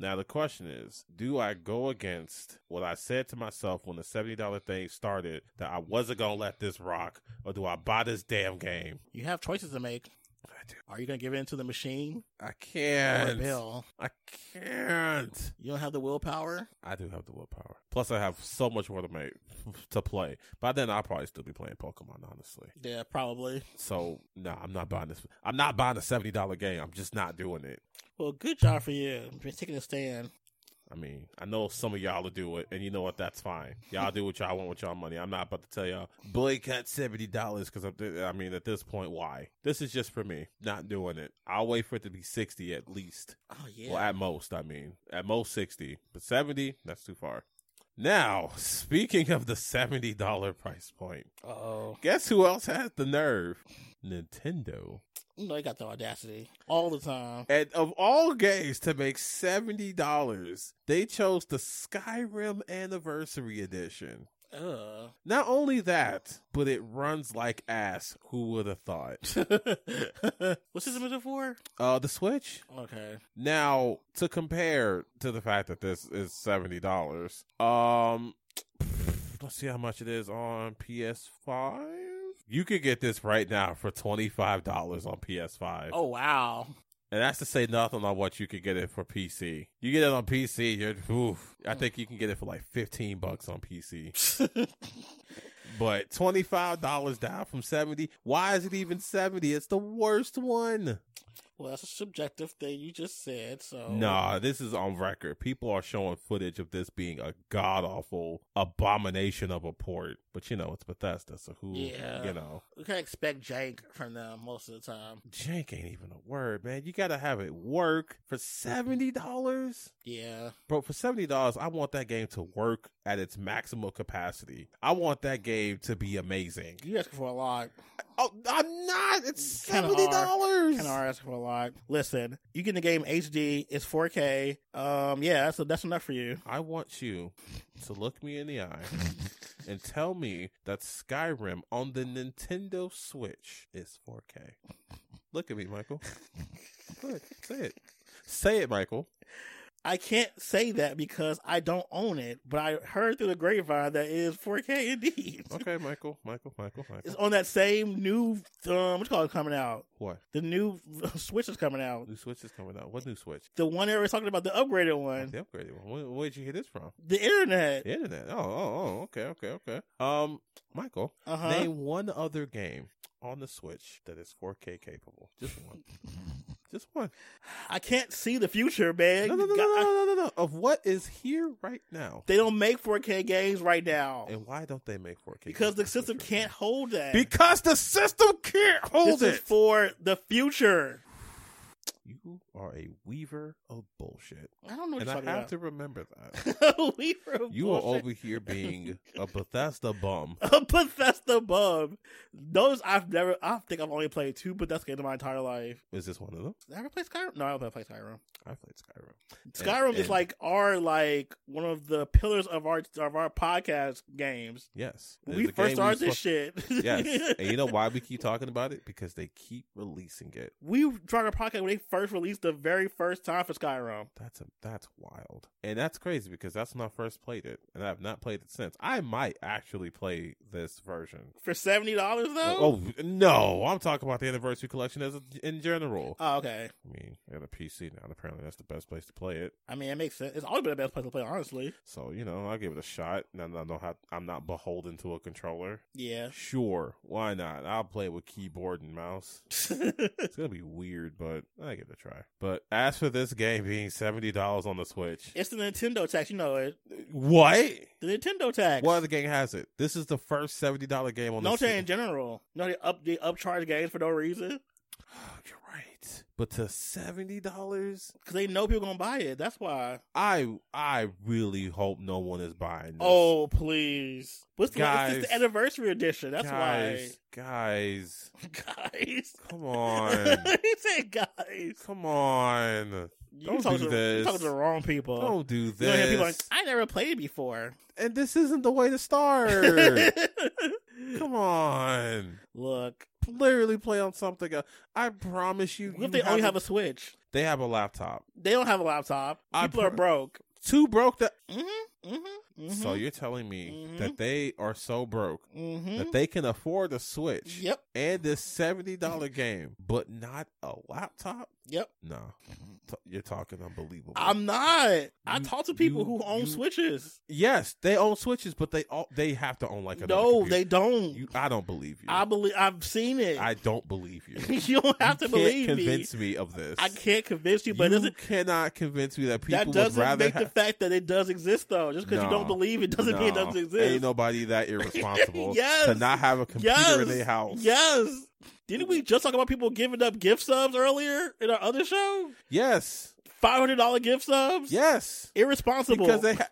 [SPEAKER 2] Now the question is, do I go against what I said to myself when the seventy dollar thing started that I wasn't gonna let this rock, or do I buy this damn game?
[SPEAKER 3] you have choices to make.
[SPEAKER 2] I do.
[SPEAKER 3] Are you gonna give in to the machine
[SPEAKER 2] I
[SPEAKER 3] or
[SPEAKER 2] can't.
[SPEAKER 3] Bill?
[SPEAKER 2] I can't.
[SPEAKER 3] You don't have the willpower.
[SPEAKER 2] I do have the willpower. Plus, I have so much more to make [LAUGHS] to play. By then, I'll probably still be playing Pokemon, honestly.
[SPEAKER 3] Yeah, probably.
[SPEAKER 2] So no, I'm not buying this. I'm not buying a seventy dollar game. I'm just not doing it.
[SPEAKER 3] Well, good job for you. Been taking a stand.
[SPEAKER 2] I mean, I know some of y'all will do it, and you know what? That's fine. Y'all do what y'all want with y'all money. I'm not about to tell y'all boycott seventy dollars because I mean, at this point, why? This is just for me. Not doing it. I'll wait for it to be sixty at least.
[SPEAKER 3] Oh yeah.
[SPEAKER 2] Well, at most, I mean, at most sixty, but seventy—that's too far. Now, speaking of the $70 price point,
[SPEAKER 3] Oh,
[SPEAKER 2] guess who else has the nerve? Nintendo.
[SPEAKER 3] you know they got the audacity all the time.
[SPEAKER 2] And of all games to make $70, they chose the Skyrim Anniversary Edition.
[SPEAKER 3] Ugh.
[SPEAKER 2] Not only that, but it runs like ass. Who would have thought?
[SPEAKER 3] what system is it for?
[SPEAKER 2] Uh, the Switch?
[SPEAKER 3] Okay.
[SPEAKER 2] Now, to compare to the fact that this is $70, um, let's see how much it is on PS5. You could get this right now for $25 on PS5.
[SPEAKER 3] Oh wow. [LAUGHS]
[SPEAKER 2] And that's to say nothing on what you could get it for PC. You get it on PC, you're oof, I think you can get it for like fifteen bucks on PC. But twenty five dollars down from seventy. Why is it even seventy? It's the worst one.
[SPEAKER 3] well, that's a subjective thing you just said. So
[SPEAKER 2] Nah, this is on record. People are showing footage of this being a god awful abomination of a port. But you know, it's Bethesda, so who
[SPEAKER 3] Yeah.
[SPEAKER 2] you know.
[SPEAKER 3] we can't expect jank from them most of the time.
[SPEAKER 2] Jank ain't even a word, man. You gotta have it work for seventy dollars.
[SPEAKER 3] Yeah.
[SPEAKER 2] Bro, for seventy dollars, I want that game to work at its maximal capacity. I want that game to be amazing.
[SPEAKER 3] You asking for a lot.
[SPEAKER 2] Oh, I'm not. It's
[SPEAKER 3] Kinda
[SPEAKER 2] seventy
[SPEAKER 3] hard.
[SPEAKER 2] dollars.
[SPEAKER 3] Kind of asking for a lot. Listen, you get the game HD. It's 4K. Um, yeah, that's that's enough for you.
[SPEAKER 2] I want you to look me in the
[SPEAKER 3] [LAUGHS]
[SPEAKER 2] eye and tell me that Skyrim on the Nintendo Switch is 4K. Look at me, Michael. Look, say it. Say it, Michael.
[SPEAKER 3] I can't say that because I don't own it, but I heard through the grapevine that it is 4K indeed.
[SPEAKER 2] Okay, Michael, Michael, Michael, Michael.
[SPEAKER 3] It's on that same new um, what's it called coming out.
[SPEAKER 2] What?
[SPEAKER 3] The new [LAUGHS] Switch is coming out.
[SPEAKER 2] New Switch is coming out. What new Switch?
[SPEAKER 3] The one that we're talking about, the upgraded one.
[SPEAKER 2] The upgraded one. Where, where'd you hear this from?
[SPEAKER 3] The internet.
[SPEAKER 2] The internet. Oh, oh, oh, okay, okay, okay. Um, Michael,
[SPEAKER 3] Uh huh.
[SPEAKER 2] name one other game on the Switch that is 4K capable. Just one. Just
[SPEAKER 3] [LAUGHS]
[SPEAKER 2] one.
[SPEAKER 3] I can't see the future, man.
[SPEAKER 2] No, no, no, no,
[SPEAKER 3] God-
[SPEAKER 2] no, no, no, no. Of what is here right now,
[SPEAKER 3] They don't make 4K games right now
[SPEAKER 2] and why don't they make 4K?
[SPEAKER 3] because the
[SPEAKER 2] games on
[SPEAKER 3] system
[SPEAKER 2] Switch
[SPEAKER 3] can't hold that.
[SPEAKER 2] right now? Because the system can't hold
[SPEAKER 3] this is
[SPEAKER 2] it.
[SPEAKER 3] for the future.
[SPEAKER 2] you are a weaver of bullshit,
[SPEAKER 3] I don't know
[SPEAKER 2] and
[SPEAKER 3] what
[SPEAKER 2] I
[SPEAKER 3] you're
[SPEAKER 2] have
[SPEAKER 3] talking about.
[SPEAKER 2] to remember
[SPEAKER 3] [LAUGHS]
[SPEAKER 2] that.
[SPEAKER 3] we were
[SPEAKER 2] You are
[SPEAKER 3] bullshit.
[SPEAKER 2] over here being a Bethesda bum.
[SPEAKER 3] a [LAUGHS] Bethesda bum. Those I've never. I think I've only played two Bethesda games in my entire life.
[SPEAKER 2] Is this one of them?
[SPEAKER 3] Did I ever play Skyrim? No, I haven't played Skyrim.
[SPEAKER 2] I played Skyrim.
[SPEAKER 3] Skyrim
[SPEAKER 2] and-
[SPEAKER 3] is like our like one of the pillars of our of our podcast games.
[SPEAKER 2] Yes,
[SPEAKER 3] When
[SPEAKER 2] It's
[SPEAKER 3] we
[SPEAKER 2] a game
[SPEAKER 3] first started
[SPEAKER 2] supposed-
[SPEAKER 3] this shit. [LAUGHS]
[SPEAKER 2] yes. And you know why we keep talking about it? Because they keep releasing it.
[SPEAKER 3] we started our podcast when they first released the very first time for Skyrim.
[SPEAKER 2] That's a, that's wild. And that's crazy because that's when I first played it. And I've not played it since. I might actually play this version.
[SPEAKER 3] For seventy dollars though.
[SPEAKER 2] Oh no, I'm talking about the anniversary collection as a, in general.
[SPEAKER 3] Oh, okay.
[SPEAKER 2] I mean, I got a PC now. and Apparently, that's the best place to play it.
[SPEAKER 3] I mean, it makes sense. It's always been the best place to play, honestly.
[SPEAKER 2] So you know, I'll give it a shot. Now that I know how I'm not beholden to a controller.
[SPEAKER 3] [LAUGHS] Yeah.
[SPEAKER 2] Sure, why not? I'll play with keyboard and mouse. It's gonna be weird, but I give it a try. But as for this game being seventy dollars on the Switch,
[SPEAKER 3] It's the Nintendo tax, you know it.
[SPEAKER 2] what?
[SPEAKER 3] The Nintendo tax.
[SPEAKER 2] What other game has it? This is the first seventy dollar game on
[SPEAKER 3] No
[SPEAKER 2] the
[SPEAKER 3] say
[SPEAKER 2] Switch.
[SPEAKER 3] in general. No, they up they upcharge games for no reason
[SPEAKER 2] [GASPS] You're right, but to seventy dollars,
[SPEAKER 3] because they know people gonna buy it. That's why.
[SPEAKER 2] I I really hope no one is buying. This.
[SPEAKER 3] Oh please! What's the, it's just
[SPEAKER 2] Guys.
[SPEAKER 3] the anniversary edition? That's
[SPEAKER 2] guys, guys,
[SPEAKER 3] why, [LAUGHS] guys. [LAUGHS]
[SPEAKER 2] come on,
[SPEAKER 3] he said, "Guys,
[SPEAKER 2] come on,
[SPEAKER 3] you
[SPEAKER 2] Don't
[SPEAKER 3] talking
[SPEAKER 2] do
[SPEAKER 3] to,
[SPEAKER 2] this.
[SPEAKER 3] You talking to the wrong people.
[SPEAKER 2] don't do
[SPEAKER 3] you don't hear people like,
[SPEAKER 2] this.
[SPEAKER 3] I never played it before.
[SPEAKER 2] And this isn't the way to start. come on.
[SPEAKER 3] [LAUGHS] Look,
[SPEAKER 2] literally play on something. Else. I promise you.
[SPEAKER 3] what
[SPEAKER 2] you
[SPEAKER 3] if they only have
[SPEAKER 2] haven't-
[SPEAKER 3] a Switch?
[SPEAKER 2] they have a laptop.
[SPEAKER 3] They don't have a laptop.
[SPEAKER 2] I
[SPEAKER 3] People are
[SPEAKER 2] pro-
[SPEAKER 3] broke.
[SPEAKER 2] Too broke that.
[SPEAKER 3] Mm-hmm. Mm-hmm. mm-hmm
[SPEAKER 2] So you're telling me
[SPEAKER 3] Mhm.
[SPEAKER 2] that they are so broke
[SPEAKER 3] mm-hmm.
[SPEAKER 2] that they can afford a Switch
[SPEAKER 3] Yep.
[SPEAKER 2] and this seventy dollar game, but not a laptop?
[SPEAKER 3] Yep.
[SPEAKER 2] No, T- you're talking unbelievable.
[SPEAKER 3] Mm-hmm. I'm not. I
[SPEAKER 2] You-
[SPEAKER 3] talk to people
[SPEAKER 2] you-
[SPEAKER 3] who own
[SPEAKER 2] you-
[SPEAKER 3] Switches.
[SPEAKER 2] yes, they own Switches, but they all they have to own like another
[SPEAKER 3] no,
[SPEAKER 2] computer.
[SPEAKER 3] they don't.
[SPEAKER 2] You, I don't believe you.
[SPEAKER 3] I believe I've seen it.
[SPEAKER 2] I don't believe you. You
[SPEAKER 3] [LAUGHS] you don't have to
[SPEAKER 2] can't
[SPEAKER 3] believe me.
[SPEAKER 2] convince me. of this.
[SPEAKER 3] I can't convince you, but it
[SPEAKER 2] you
[SPEAKER 3] doesn't,
[SPEAKER 2] cannot convince me that people
[SPEAKER 3] that
[SPEAKER 2] would
[SPEAKER 3] doesn't
[SPEAKER 2] rather
[SPEAKER 3] make
[SPEAKER 2] ha-
[SPEAKER 3] the fact that it does exist, though. Just because you
[SPEAKER 2] No.
[SPEAKER 3] don't believe it doesn't mean it
[SPEAKER 2] No,
[SPEAKER 3] doesn't exist.
[SPEAKER 2] Ain't nobody
[SPEAKER 3] [LAUGHS]
[SPEAKER 2] that irresponsible
[SPEAKER 3] Yes.
[SPEAKER 2] to not have a computer
[SPEAKER 3] yes,
[SPEAKER 2] in their house.
[SPEAKER 3] yes. Didn't we just talk about people giving up gift subs earlier in our other show?
[SPEAKER 2] Yes,
[SPEAKER 3] Five hundred dollar gift subs.
[SPEAKER 2] yes,
[SPEAKER 3] irresponsible.
[SPEAKER 2] because they. Ha-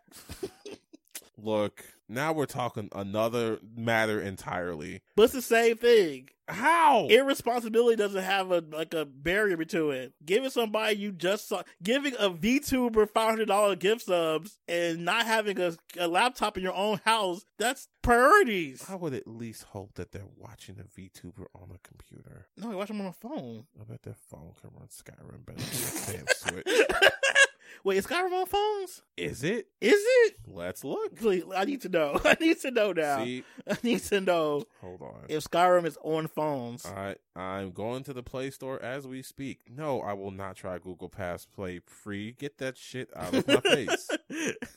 [SPEAKER 2] Look, now we're talking another matter entirely.
[SPEAKER 3] But it's the same thing.
[SPEAKER 2] How?
[SPEAKER 3] Irresponsibility doesn't have a like a barrier to it. Giving somebody you just saw, giving a VTuber five hundred dollar gift subs and not having a, a laptop in your own house, that's priorities.
[SPEAKER 2] I would at least hope that they're watching a VTuber on a computer.
[SPEAKER 3] No, you watch them on a phone.
[SPEAKER 2] I bet their phone can run Skyrim better than that damn Switch.
[SPEAKER 3] [LAUGHS] Wait, is Skyrim on phones?
[SPEAKER 2] Is it?
[SPEAKER 3] Is it?
[SPEAKER 2] Let's look.
[SPEAKER 3] Please, I need to know. [LAUGHS] I need to know now.
[SPEAKER 2] See,
[SPEAKER 3] [LAUGHS] I need to know
[SPEAKER 2] hold on.
[SPEAKER 3] if Skyrim is on [LAUGHS] phones.
[SPEAKER 2] I I'm going to the Play Store as we speak. No, I will not try Google Pass Play free. Get that shit out of my
[SPEAKER 3] [LAUGHS]
[SPEAKER 2] face.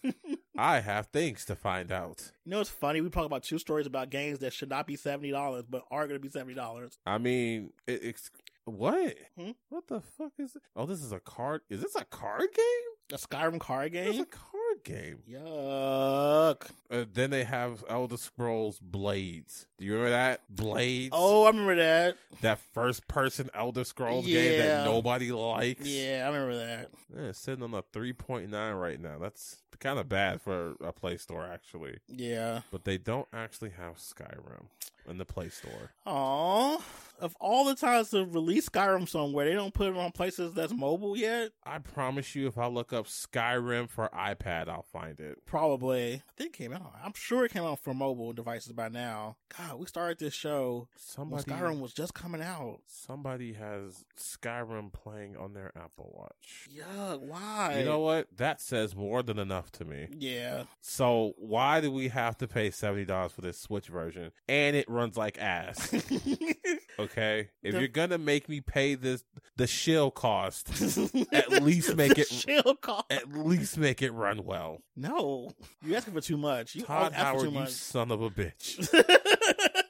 [SPEAKER 3] you
[SPEAKER 2] I have things to find out.
[SPEAKER 3] know, it's funny. We talk about two stories about games that should not be seventy dollars, but are going to be seventy dollars.
[SPEAKER 2] I mean, it, it's what?
[SPEAKER 3] Hmm?
[SPEAKER 2] What the fuck is it? Oh, this is a card. Is this a card game?
[SPEAKER 3] A Skyrim card
[SPEAKER 2] It's a
[SPEAKER 3] game.
[SPEAKER 2] card game.
[SPEAKER 3] Yuck!
[SPEAKER 2] Uh, then they have Elder Scrolls Blades. Do you remember that Blades?
[SPEAKER 3] Oh, I remember that.
[SPEAKER 2] that first person Elder Scrolls game
[SPEAKER 3] Yeah.
[SPEAKER 2] that nobody likes.
[SPEAKER 3] Yeah, I remember that.
[SPEAKER 2] Yeah, it's sitting on a 3.9 right now. That's kind of bad for a Play Store, actually.
[SPEAKER 3] Yeah.
[SPEAKER 2] But they don't actually have Skyrim in the Play Store.
[SPEAKER 3] Aw. Of all the times to release Skyrim somewhere, they don't put it on places that's mobile yet.
[SPEAKER 2] I promise you, if I look up Skyrim for iPad, I'll find it.
[SPEAKER 3] Probably. I think it came out. I'm sure it came out for mobile devices by now. God, we started this show when
[SPEAKER 2] Somebody,
[SPEAKER 3] Skyrim was just coming out.
[SPEAKER 2] somebody has Skyrim playing on their Apple Watch.
[SPEAKER 3] Yuck, why?
[SPEAKER 2] You know what? That says more than enough to me.
[SPEAKER 3] Yeah.
[SPEAKER 2] So why do we have to pay seventy dollars for this Switch version and it runs like ass?
[SPEAKER 3] [LAUGHS]
[SPEAKER 2] Okay, if
[SPEAKER 3] The-
[SPEAKER 2] you're gonna make me pay this the shill cost,
[SPEAKER 3] [LAUGHS]
[SPEAKER 2] At least make
[SPEAKER 3] The
[SPEAKER 2] it-
[SPEAKER 3] shill call.
[SPEAKER 2] at least make it run well.
[SPEAKER 3] No. You asking for too much. You
[SPEAKER 2] Todd
[SPEAKER 3] always ask for
[SPEAKER 2] Howard,
[SPEAKER 3] too
[SPEAKER 2] you son of a
[SPEAKER 3] [LAUGHS]
[SPEAKER 2] bitch.
[SPEAKER 3] much.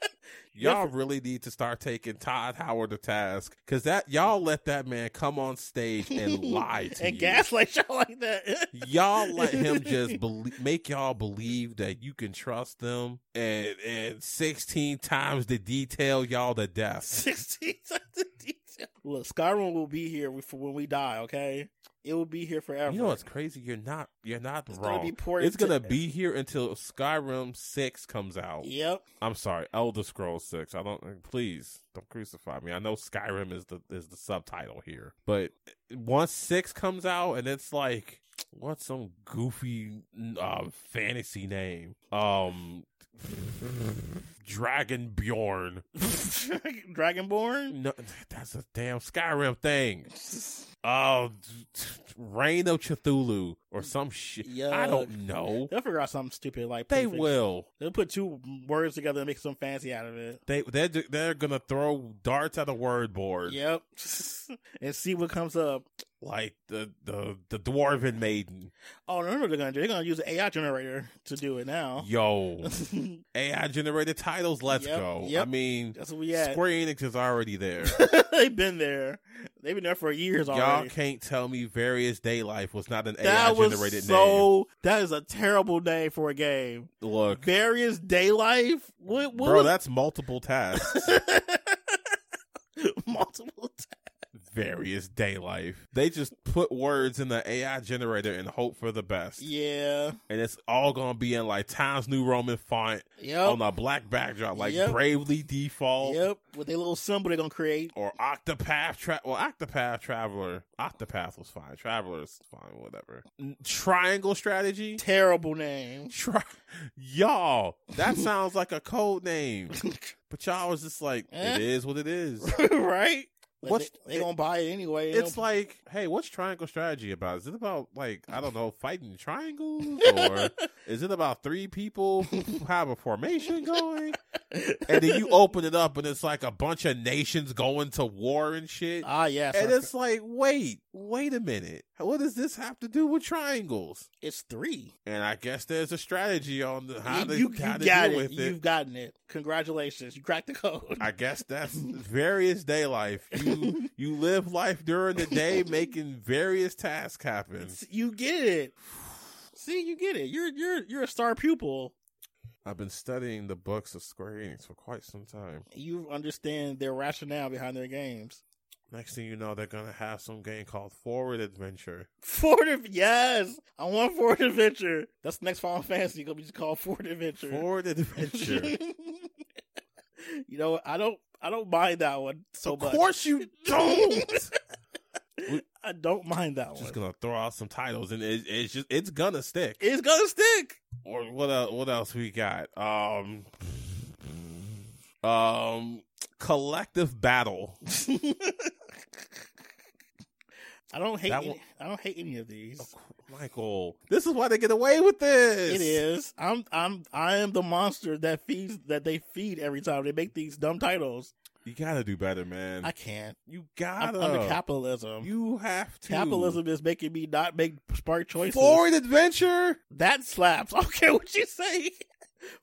[SPEAKER 2] Y'all really need to start taking Todd Howard to task because that y'all let that man come on stage
[SPEAKER 3] [LAUGHS]
[SPEAKER 2] and lie to
[SPEAKER 3] and
[SPEAKER 2] you.
[SPEAKER 3] gaslight y'all
[SPEAKER 2] [LAUGHS]
[SPEAKER 3] like that.
[SPEAKER 2] Y'all let
[SPEAKER 3] [LAUGHS]
[SPEAKER 2] him just believe, make y'all believe that you can trust them, and and sixteen times the detail y'all to death.
[SPEAKER 3] sixteen times the detail. Look, Skyrim will be here for when we die. Okay, it will be here forever.
[SPEAKER 2] You know what's crazy? You're not. You're not
[SPEAKER 3] It's gonna
[SPEAKER 2] wrong.
[SPEAKER 3] be poured
[SPEAKER 2] it's gonna
[SPEAKER 3] into-
[SPEAKER 2] be here until Skyrim Six comes out.
[SPEAKER 3] Yep. [LAUGHS]
[SPEAKER 2] I'm sorry, Elder Scrolls Six. I don't. Please don't crucify me. I know Skyrim is the is the subtitle here, but once Six comes out, and it's like what's some goofy uh, fantasy name? Um, Dragon Bjorn. [LAUGHS]
[SPEAKER 3] Dragonborn.
[SPEAKER 2] No, that's a damn Skyrim thing. Oh, Reign of Cthulhu or some shit. I
[SPEAKER 3] Yuck.
[SPEAKER 2] don't know.
[SPEAKER 3] They'll figure out something stupid like
[SPEAKER 2] They
[SPEAKER 3] prefix.
[SPEAKER 2] will.
[SPEAKER 3] They'll put two words together and make some fancy out of it.
[SPEAKER 2] They they're they're gonna throw darts at the word board.
[SPEAKER 3] Yep. [LAUGHS] and see what comes up.
[SPEAKER 2] like the the the dwarven maiden.
[SPEAKER 3] Oh, remember what they're gonna do? They're gonna use an AI generator to do it now. [LAUGHS]
[SPEAKER 2] Yo,
[SPEAKER 3] That's
[SPEAKER 2] AI generated titles. Let's
[SPEAKER 3] Uh-huh. Yep,
[SPEAKER 2] go.
[SPEAKER 3] yep.
[SPEAKER 2] I mean,
[SPEAKER 3] what we at.
[SPEAKER 2] Square Enix is already there.
[SPEAKER 3] [LAUGHS] They've been there. They've been there for years
[SPEAKER 2] Y'all
[SPEAKER 3] already.
[SPEAKER 2] can't tell me various daylife was not an AI
[SPEAKER 3] That
[SPEAKER 2] generated
[SPEAKER 3] was so. That is a terrible name for a game.
[SPEAKER 2] name. Look,
[SPEAKER 3] Various daylife. What? what
[SPEAKER 2] bro,
[SPEAKER 3] was-
[SPEAKER 2] that's multiple
[SPEAKER 3] [LAUGHS]
[SPEAKER 2] tasks.
[SPEAKER 3] multiple times.
[SPEAKER 2] various daylife. They just put words in the AI generator and hope for the best,
[SPEAKER 3] Yeah.
[SPEAKER 2] and it's all gonna be in like Times New Roman font
[SPEAKER 3] Yep.
[SPEAKER 2] on a black backdrop, like
[SPEAKER 3] Yep.
[SPEAKER 2] bravely default.
[SPEAKER 3] Yep. With their little symbol they're gonna create.
[SPEAKER 2] or Octopath Tra- well Octopath Traveler Octopath was fine Traveler's fine whatever N- Triangle Strategy [LAUGHS]
[SPEAKER 3] Terrible name.
[SPEAKER 2] Tri- y'all
[SPEAKER 3] [LAUGHS]
[SPEAKER 2] that sounds like a code name but y'all was just like
[SPEAKER 3] Eh?
[SPEAKER 2] it is what it is
[SPEAKER 3] [LAUGHS] right. But
[SPEAKER 2] What's-
[SPEAKER 3] they, [LAUGHS] they gonna buy it anyway.
[SPEAKER 2] it's like hey what's Triangle Strategy about is it about like I don't know fighting
[SPEAKER 3] [LAUGHS]
[SPEAKER 2] triangles or is it about three people who have a formation
[SPEAKER 3] [LAUGHS]
[SPEAKER 2] going and then you open it up and it's like a bunch of nations going to war and shit
[SPEAKER 3] ah yes.
[SPEAKER 2] and it's like, wait, wait a minute. What does this have to do with triangles?
[SPEAKER 3] it's three.
[SPEAKER 2] And I guess there's a strategy on the, how to,
[SPEAKER 3] you you
[SPEAKER 2] how to
[SPEAKER 3] got
[SPEAKER 2] deal
[SPEAKER 3] it.
[SPEAKER 2] with it.
[SPEAKER 3] You've gotten it. Congratulations. You cracked the code. [LAUGHS]
[SPEAKER 2] I guess that's various day life. You you live life during the
[SPEAKER 3] [LAUGHS]
[SPEAKER 2] day making various tasks happen.
[SPEAKER 3] you get it. See, you get it. You're you're you're a star pupil.
[SPEAKER 2] I've been studying the books of Square Enix for quite some time.
[SPEAKER 3] You understand their rationale behind their games. [LAUGHS]
[SPEAKER 2] Next thing you know, they're gonna have some game called Forward Adventure.
[SPEAKER 3] Ford, Ad- yes, I want Ford Adventure. That's the next Final Fantasy gonna be just called Ford Adventure. [LAUGHS]
[SPEAKER 2] Forward Adventure.
[SPEAKER 3] you know, what? I don't, I don't mind that one so
[SPEAKER 2] of
[SPEAKER 3] much.
[SPEAKER 2] course
[SPEAKER 3] [LAUGHS]
[SPEAKER 2] you don't.
[SPEAKER 3] I don't mind that one.
[SPEAKER 2] just gonna throw out some titles, and it, it's just it's gonna stick.
[SPEAKER 3] it's gonna stick.
[SPEAKER 2] or what else, what else we got? Um, um, collective battle. [LAUGHS]
[SPEAKER 3] I don't hate.
[SPEAKER 2] That
[SPEAKER 3] Any,
[SPEAKER 2] one-
[SPEAKER 3] I don't hate any of these.
[SPEAKER 2] Michael, this is why they get away with this.
[SPEAKER 3] It is. I'm. I'm. I am the monster that feeds. That they feed every time they make these dumb titles.
[SPEAKER 2] You gotta do better, man.
[SPEAKER 3] I can't.
[SPEAKER 2] you
[SPEAKER 3] I'm
[SPEAKER 2] gotta.
[SPEAKER 3] under capitalism.
[SPEAKER 2] you have to.
[SPEAKER 3] capitalism is making me not make smart choices.
[SPEAKER 2] Forward adventure.
[SPEAKER 3] That slaps. [LAUGHS] I don't care what you say.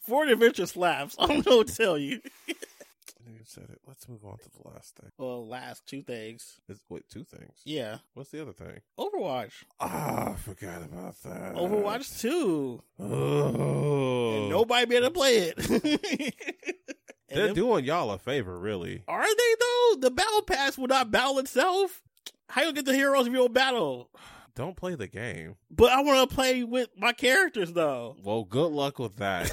[SPEAKER 3] Ford Adventure slaps. [LAUGHS] I don't know what to tell you.
[SPEAKER 2] I knew you said it. Let's move on to the last thing.
[SPEAKER 3] Well, last two things.
[SPEAKER 2] It's, wait, two things.
[SPEAKER 3] Yeah.
[SPEAKER 2] What's the other thing?
[SPEAKER 3] Overwatch.
[SPEAKER 2] Ah, I forgot about that.
[SPEAKER 3] Overwatch 2.
[SPEAKER 2] Uh, Oh.
[SPEAKER 3] And nobody better play it. [LAUGHS] And
[SPEAKER 2] They're
[SPEAKER 3] them-
[SPEAKER 2] doing y'all a favor, really.
[SPEAKER 3] are they though? The battle pass will not battle itself. How you gonna get the heroes if you don't battle?
[SPEAKER 2] Don't play the game.
[SPEAKER 3] But I wanna play with my characters though. [LAUGHS]
[SPEAKER 2] Well, good luck with that.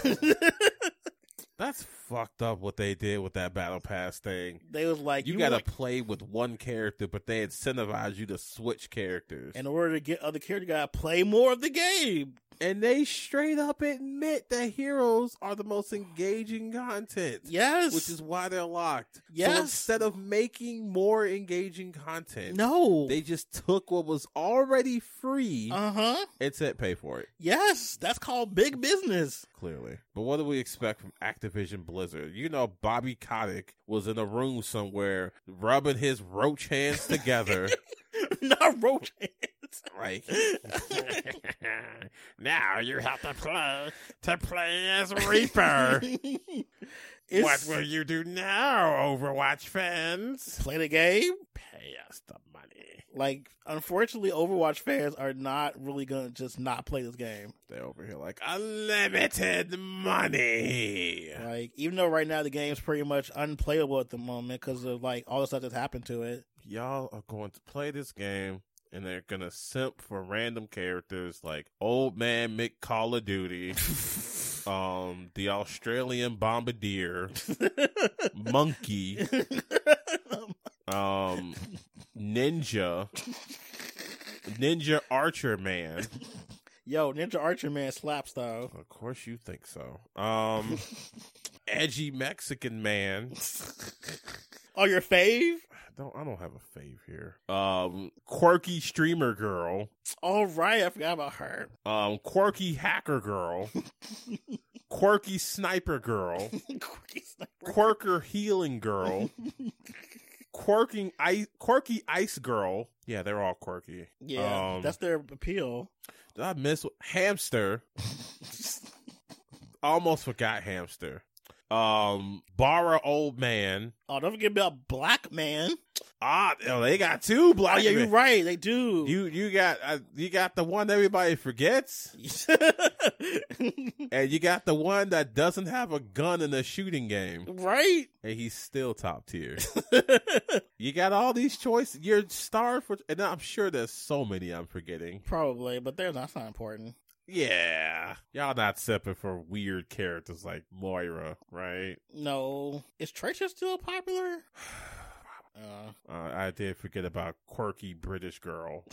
[SPEAKER 2] [LAUGHS] That's fucked up what they did with that battle pass thing.
[SPEAKER 3] they was like
[SPEAKER 2] You, gotta
[SPEAKER 3] want-
[SPEAKER 2] play with one character, but they incentivize you to switch characters.
[SPEAKER 3] in order to get other characters, you gotta play more of the game.
[SPEAKER 2] And they straight up admit that heroes are the most engaging content.
[SPEAKER 3] Yes.
[SPEAKER 2] Which is why they're locked.
[SPEAKER 3] Yes.
[SPEAKER 2] So instead of making more engaging content,
[SPEAKER 3] no.
[SPEAKER 2] they just took what was already free
[SPEAKER 3] Uh huh.
[SPEAKER 2] and said pay for it.
[SPEAKER 3] Yes, that's called big business. [LAUGHS]
[SPEAKER 2] Clearly. But what do we expect from Activision Blizzard? You know, Bobby Kotick was in a room somewhere rubbing his roach
[SPEAKER 4] [LAUGHS]
[SPEAKER 2] hands together.
[SPEAKER 3] Not roach hands.
[SPEAKER 2] like,
[SPEAKER 4] now you have to play to play as
[SPEAKER 2] [LAUGHS]
[SPEAKER 4] Reaper. what
[SPEAKER 3] [LAUGHS] It's-
[SPEAKER 4] will you do now, Overwatch fans?
[SPEAKER 3] play the game?
[SPEAKER 4] Pay us the money.
[SPEAKER 3] Like, unfortunately, Overwatch fans are not really gonna just not play this game.
[SPEAKER 2] they over here like,
[SPEAKER 4] Unlimited money.
[SPEAKER 3] Like, even though right now the game's pretty much unplayable at the moment because of like all the stuff that's happened to it. [LAUGHS]
[SPEAKER 2] y'all are going to play this game and they're going to simp for random characters like Old Man Mick Call of Duty, um, the Australian Bombardier, Monkey, um, Ninja, Ninja Archer Man.
[SPEAKER 3] Yo, Ninja Archer Man slaps though.
[SPEAKER 2] Of course you think so. Um edgy Mexican man.
[SPEAKER 3] Oh, your fave?
[SPEAKER 2] I don't I don't have a fave here. Um quirky streamer girl.
[SPEAKER 3] All right, I forgot about her. [LAUGHS]
[SPEAKER 2] Um quirky hacker girl. quirky sniper girl. Quirker healing girl. Quirking ice quirky ice girl. Yeah, they're all quirky.
[SPEAKER 3] yeah,
[SPEAKER 2] Um,
[SPEAKER 3] that's their appeal.
[SPEAKER 2] Did I miss hamster? Almost forgot hamster. Um, Barra old man.
[SPEAKER 3] Oh, don't forget about Black Man.
[SPEAKER 2] Ah, oh, they got two
[SPEAKER 3] Oh
[SPEAKER 2] black.
[SPEAKER 3] yeah, you're
[SPEAKER 2] men.
[SPEAKER 3] right. They do.
[SPEAKER 2] You you got uh, you got the one everybody forgets, and you got the one that doesn't have a gun in the shooting game,
[SPEAKER 3] [LAUGHS] right? [LAUGHS]
[SPEAKER 2] and he's still top tier. you got all these choices. You're starved for, and I'm sure there's so many I'm forgetting.
[SPEAKER 3] Probably, but they're not, that's not important.
[SPEAKER 2] Yeah, y'all not separate for weird characters like Moira, right?
[SPEAKER 3] No, is Tracer still popular? [SIGHS] Uh,
[SPEAKER 2] Uh, I did forget about quirky British
[SPEAKER 3] [LAUGHS]
[SPEAKER 2] girl.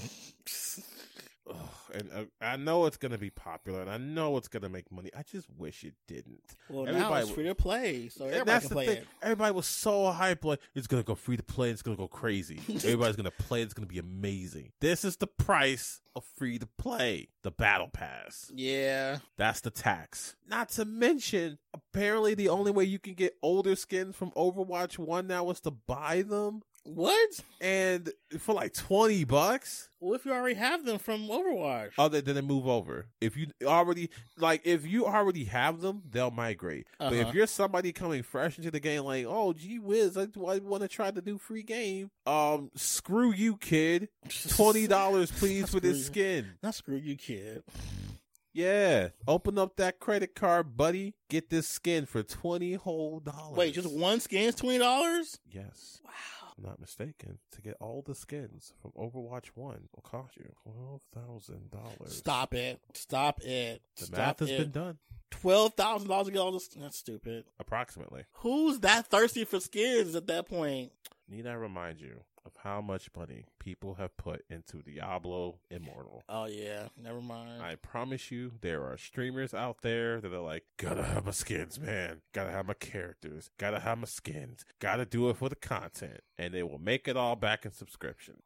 [SPEAKER 2] Ugh, and uh, I know it's gonna be popular, and I know it's gonna make money. I just wish it didn't.
[SPEAKER 3] well, now
[SPEAKER 2] Everybody
[SPEAKER 3] it's
[SPEAKER 2] w-
[SPEAKER 3] free to play, so
[SPEAKER 2] And
[SPEAKER 3] Oh, everybody
[SPEAKER 2] that's
[SPEAKER 3] can
[SPEAKER 2] the
[SPEAKER 3] play
[SPEAKER 2] thing.
[SPEAKER 3] it.
[SPEAKER 2] Everybody was so hyped, like it's gonna go free to play. It's gonna go
[SPEAKER 3] [LAUGHS]
[SPEAKER 2] crazy. Everybody's gonna play. It's gonna be amazing. This is the price of free to play. The battle pass.
[SPEAKER 3] Yeah,
[SPEAKER 2] That's the tax. Not to mention, apparently the only way you can get older skins from Overwatch One now is to buy them,
[SPEAKER 3] what?
[SPEAKER 2] and for like twenty bucks.
[SPEAKER 3] Well, if you already have them from Overwatch? [LAUGHS]
[SPEAKER 2] other than they move over. If you already like, if you already have them, they'll migrate. But
[SPEAKER 3] Uh-huh.
[SPEAKER 2] if you're somebody coming fresh into the game, like, oh, gee whiz, I, want to try the new free game. Um, screw you,
[SPEAKER 3] [LAUGHS]
[SPEAKER 2] kid. Twenty dollars, please, for this
[SPEAKER 3] Screw
[SPEAKER 2] skin.
[SPEAKER 3] Not screw you, kid.
[SPEAKER 2] Yeah, open up that credit card, buddy. Get this skin for twenty whole dollars.
[SPEAKER 3] Wait, just one skin's twenty dollars?
[SPEAKER 2] Yes.
[SPEAKER 3] Wow.
[SPEAKER 2] I'm not mistaken, to get all the skins from Overwatch 1 will cost you $12,000.
[SPEAKER 3] Stop it. Stop it.
[SPEAKER 2] The
[SPEAKER 3] Stop
[SPEAKER 2] math has
[SPEAKER 3] it.
[SPEAKER 2] been done.
[SPEAKER 3] Twelve thousand dollars to get all this. That's stupid.
[SPEAKER 2] Approximately.
[SPEAKER 3] Who's that thirsty for skins at that point?
[SPEAKER 2] Need I remind you of how much money people have put into Diablo Immortal?
[SPEAKER 3] Oh yeah, never mind.
[SPEAKER 2] I promise you, there are streamers out there that are like, gotta have my skins, man. Gotta have my characters. Gotta have my skins. Gotta do it for the content. And they will make it all back in subscription.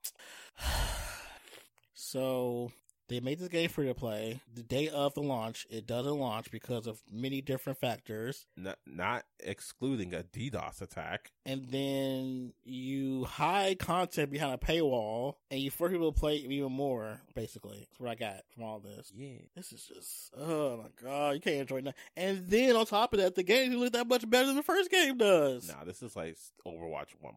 [SPEAKER 3] so they made this game free to play. The day of the launch, it doesn't launch because of many different factors.
[SPEAKER 2] Not, not excluding a DDoS attack.
[SPEAKER 3] And then you hide content behind a paywall, and you force people to play even more. Basically, that's what I got from all this.
[SPEAKER 2] Yeah.
[SPEAKER 3] This is just oh my god, you can't enjoy that. And then on top of that, the game didn't look that much better than the first game does.
[SPEAKER 2] Nah, this is like Overwatch 1.1.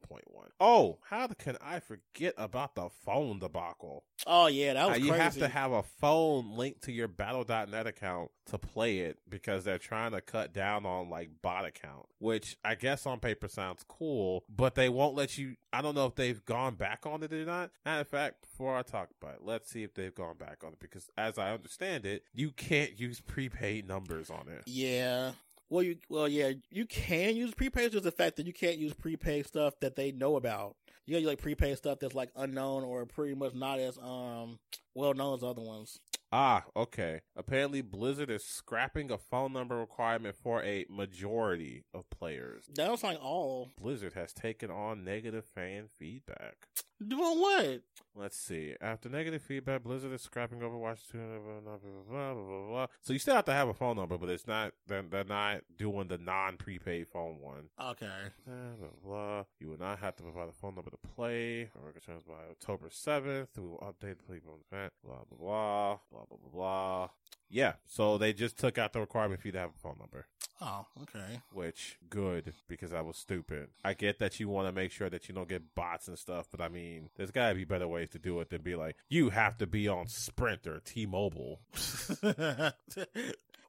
[SPEAKER 2] Oh, how can I forget about the phone debacle?
[SPEAKER 3] Oh yeah, that was
[SPEAKER 2] Now,
[SPEAKER 3] crazy.
[SPEAKER 2] Uh, you have to have a phone linked to your battle.net account to play it because they're trying to cut down on like bot account which i guess on paper sounds cool but they won't let you i don't know if they've gone back on it or not matter of fact before i talk about it let's see if they've gone back on it because as i understand it you can't use prepaid numbers on it
[SPEAKER 3] yeah. Well, you well yeah, you can use prepaid. It's just the fact that you can't use prepaid stuff that they know about. You gotta use, like prepaid stuff that's like unknown or pretty much not as um well known as other ones.
[SPEAKER 2] Ah, okay. Apparently, Blizzard is scrapping a phone number requirement for a majority of players.
[SPEAKER 3] That was like all
[SPEAKER 2] Blizzard has taken on negative fan feedback.
[SPEAKER 3] doing what?
[SPEAKER 2] Let's see. After negative feedback, Blizzard is scrapping Overwatch 2. Blah, blah, blah, blah, blah, blah. So you still have to have a phone number, but it's not. They're, they're not doing the non-prepaid phone one.
[SPEAKER 3] Okay.
[SPEAKER 2] Blah, blah, blah. You will not have to provide a phone number to play. Our returns by October 7th. We will update the people on the event. Blah, blah, blah. Blah, blah, blah, blah. Yeah. So they just took out the requirement for you to have a phone number
[SPEAKER 3] Oh, okay.
[SPEAKER 2] which good because I was stupid. I get that you want to make sure that you don't get bots and stuff, but I mean, there's got to be better ways to do it than be like you have to be on Sprint or T-Mobile.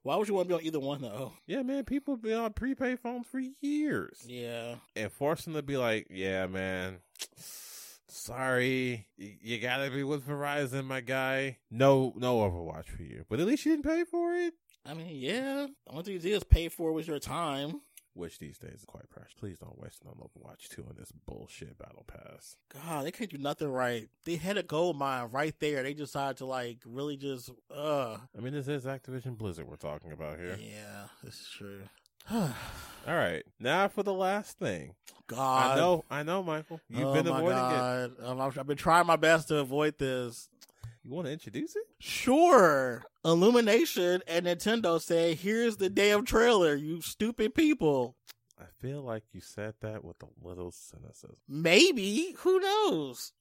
[SPEAKER 3] Why would you want to be on either one though?
[SPEAKER 2] Yeah, man, people have been on prepaid phones for years,
[SPEAKER 3] Yeah.
[SPEAKER 2] and force them to be like, yeah, man. [SNIFFS] Sorry, y- you gotta be with Verizon, my guy. No, no Overwatch for you, but at least you didn't pay for it.
[SPEAKER 3] I mean, yeah. The only thing you did is pay for was your time.
[SPEAKER 2] Which these days is quite precious. Please don't waste it on Overwatch 2 on this bullshit battle pass.
[SPEAKER 3] God, they can't do nothing right. They had a gold mine right there. They decided to like really just uh
[SPEAKER 2] I mean, this is Activision Blizzard we're talking about
[SPEAKER 3] Yeah,
[SPEAKER 2] here.
[SPEAKER 3] this is true. [SIGHS]
[SPEAKER 2] All right, now for the last thing.
[SPEAKER 3] God,
[SPEAKER 2] I know, I know, Michael. You've
[SPEAKER 3] Uh, oh
[SPEAKER 2] been
[SPEAKER 3] my
[SPEAKER 2] avoiding it.
[SPEAKER 3] God. Um, I've, I've been trying my best to avoid this.
[SPEAKER 2] You want to introduce it?
[SPEAKER 3] Sure, Illumination and Nintendo said, "Here's the damn trailer, you stupid people."
[SPEAKER 2] I feel like you said that with a little cynicism.
[SPEAKER 3] Maybe who knows?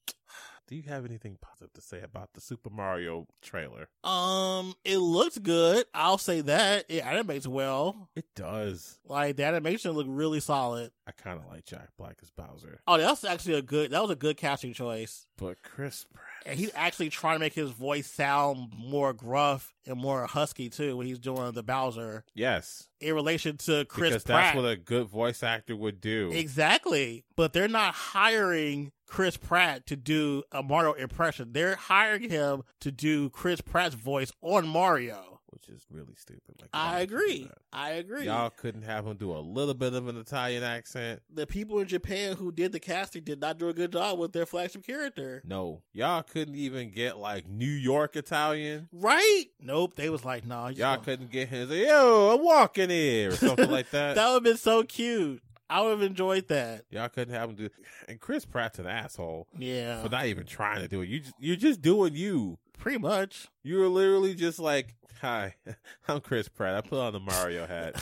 [SPEAKER 2] Do you have anything positive to say about the Super Mario trailer?
[SPEAKER 3] Um, it looked good. I'll say that it animates well.
[SPEAKER 2] It does.
[SPEAKER 3] Like the animation looked really solid.
[SPEAKER 2] I kind of like Jack Black as Bowser,
[SPEAKER 3] Oh, that's actually a good. That was a good casting choice.
[SPEAKER 2] but Chris Pratt.
[SPEAKER 3] And he's actually trying to make his voice sound more gruff and more husky too when he's doing the Bowser
[SPEAKER 2] yes,
[SPEAKER 3] in relation to Chris
[SPEAKER 2] because
[SPEAKER 3] Pratt.
[SPEAKER 2] that's what a good voice actor would do.
[SPEAKER 3] exactly. But they're not hiring Chris Pratt to do a Mario impression. They're hiring him to do Chris Pratt's voice on Mario.
[SPEAKER 2] which is really stupid. Like why
[SPEAKER 3] I
[SPEAKER 2] would you do
[SPEAKER 3] agree.
[SPEAKER 2] that?
[SPEAKER 3] I agree.
[SPEAKER 2] Y'all couldn't have him do a little bit of an Italian accent.
[SPEAKER 3] the people in Japan who did the casting did not do a good job with their flagship character.
[SPEAKER 2] No, y'all couldn't even get like New York Italian.
[SPEAKER 3] Right? Nope. They was like, nah. you just
[SPEAKER 2] Y'all
[SPEAKER 3] gonna-
[SPEAKER 2] couldn't get him. Say, Yo, I'm walking
[SPEAKER 3] [LAUGHS]
[SPEAKER 2] here or something like that.
[SPEAKER 3] That would have been so cute. I would have enjoyed that.
[SPEAKER 2] y'all couldn't have him do. And Chris Pratt's an asshole
[SPEAKER 3] Yeah.
[SPEAKER 2] for not even trying to do it. You just, you're just doing you.
[SPEAKER 3] Pretty much. [LAUGHS]
[SPEAKER 2] You're literally just like, hi, [LAUGHS] I'm Chris Pratt. I put on the Mario hat.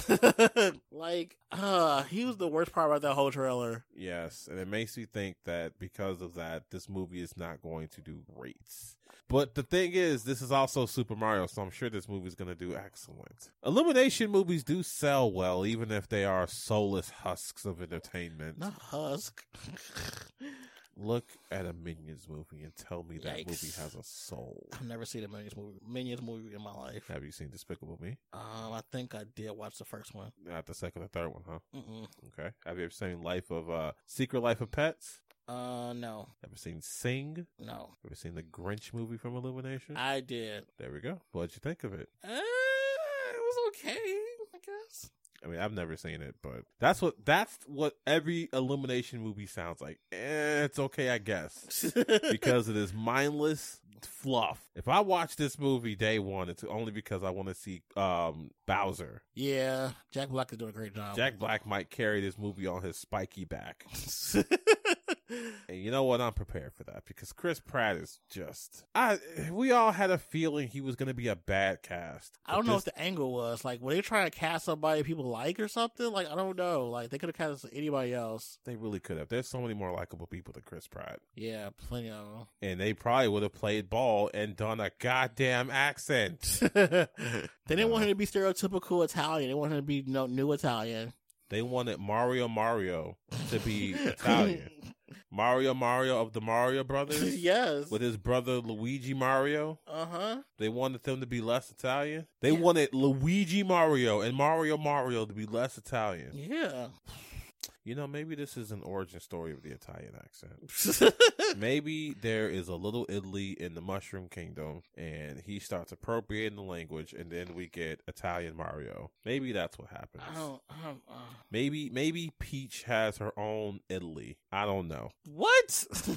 [SPEAKER 3] like, uh, he was the worst part about that whole trailer.
[SPEAKER 2] Yes, and it makes me think that because of that, this movie is not going to do great. But the thing is, this is also Super Mario, so I'm sure this movie is going to do excellent. Illumination movies do sell well, even if they are soulless husks of entertainment.
[SPEAKER 3] Not Husk. [LAUGHS]
[SPEAKER 2] Look at a Minions movie and tell me that
[SPEAKER 3] Yikes.
[SPEAKER 2] movie has a soul.
[SPEAKER 3] I've never seen a Minions movie. Minions movie in my life.
[SPEAKER 2] Have you seen Despicable Me?
[SPEAKER 3] Um, I think I did watch the first one.
[SPEAKER 2] Not the second or third one, huh?
[SPEAKER 3] Mm-mm.
[SPEAKER 2] Okay. Have you ever seen Life of uh Secret Life of Pets?
[SPEAKER 3] Uh, no,
[SPEAKER 2] Ever seen Sing?
[SPEAKER 3] no,
[SPEAKER 2] Ever seen the Grinch movie from Illumination?
[SPEAKER 3] I did.
[SPEAKER 2] there we go. What'd you think of it?
[SPEAKER 3] Uh, it was okay, I guess.
[SPEAKER 2] I mean, I've never seen it, but that's what that's what every Illumination movie sounds like. Eh, it's okay, I guess, because it is mindless fluff. If I watch this movie day one, it's only because I want to see um, Bowser.
[SPEAKER 3] [LAUGHS] yeah, Jack Black is doing a great job.
[SPEAKER 2] Jack Black might carry this movie on his spiky back, and you know what? I'm prepared for that because Chris Pratt is just. I we all had a feeling he was going to be a bad cast.
[SPEAKER 3] [LAUGHS] I don't know
[SPEAKER 2] This-
[SPEAKER 3] what the angle was. Like, were they trying to cast somebody people like or something? Like, I don't know. Like, they could have cast anybody else.
[SPEAKER 2] They really could have. There's so many more likable people than Chris Pratt.
[SPEAKER 3] Yeah, plenty of
[SPEAKER 2] and they probably would have played ball and done a goddamn accent.
[SPEAKER 3] [LAUGHS] them. they didn't
[SPEAKER 2] Uh.
[SPEAKER 3] want him to be stereotypical Italian. They want him to be no new Italian.
[SPEAKER 2] They wanted Mario Mario to be
[SPEAKER 3] [LAUGHS]
[SPEAKER 2] Italian. Mario Mario of the Mario Brothers
[SPEAKER 3] yes.
[SPEAKER 2] with his brother Luigi Mario.
[SPEAKER 3] Uh huh.
[SPEAKER 2] They wanted them to be less Italian. They
[SPEAKER 3] Yeah.
[SPEAKER 2] wanted Luigi Mario and Mario Mario to be less Italian.
[SPEAKER 3] Yeah.
[SPEAKER 2] You know, maybe this is an origin story of the Italian accent. [LAUGHS] Maybe there is a little Italy in the Mushroom Kingdom and he starts appropriating the language and then we get Italian Mario. Maybe that's what happens.
[SPEAKER 3] I don't. I don't uh,
[SPEAKER 2] Maybe maybe Peach has her own Italy. I don't know.
[SPEAKER 3] what?
[SPEAKER 2] [LAUGHS]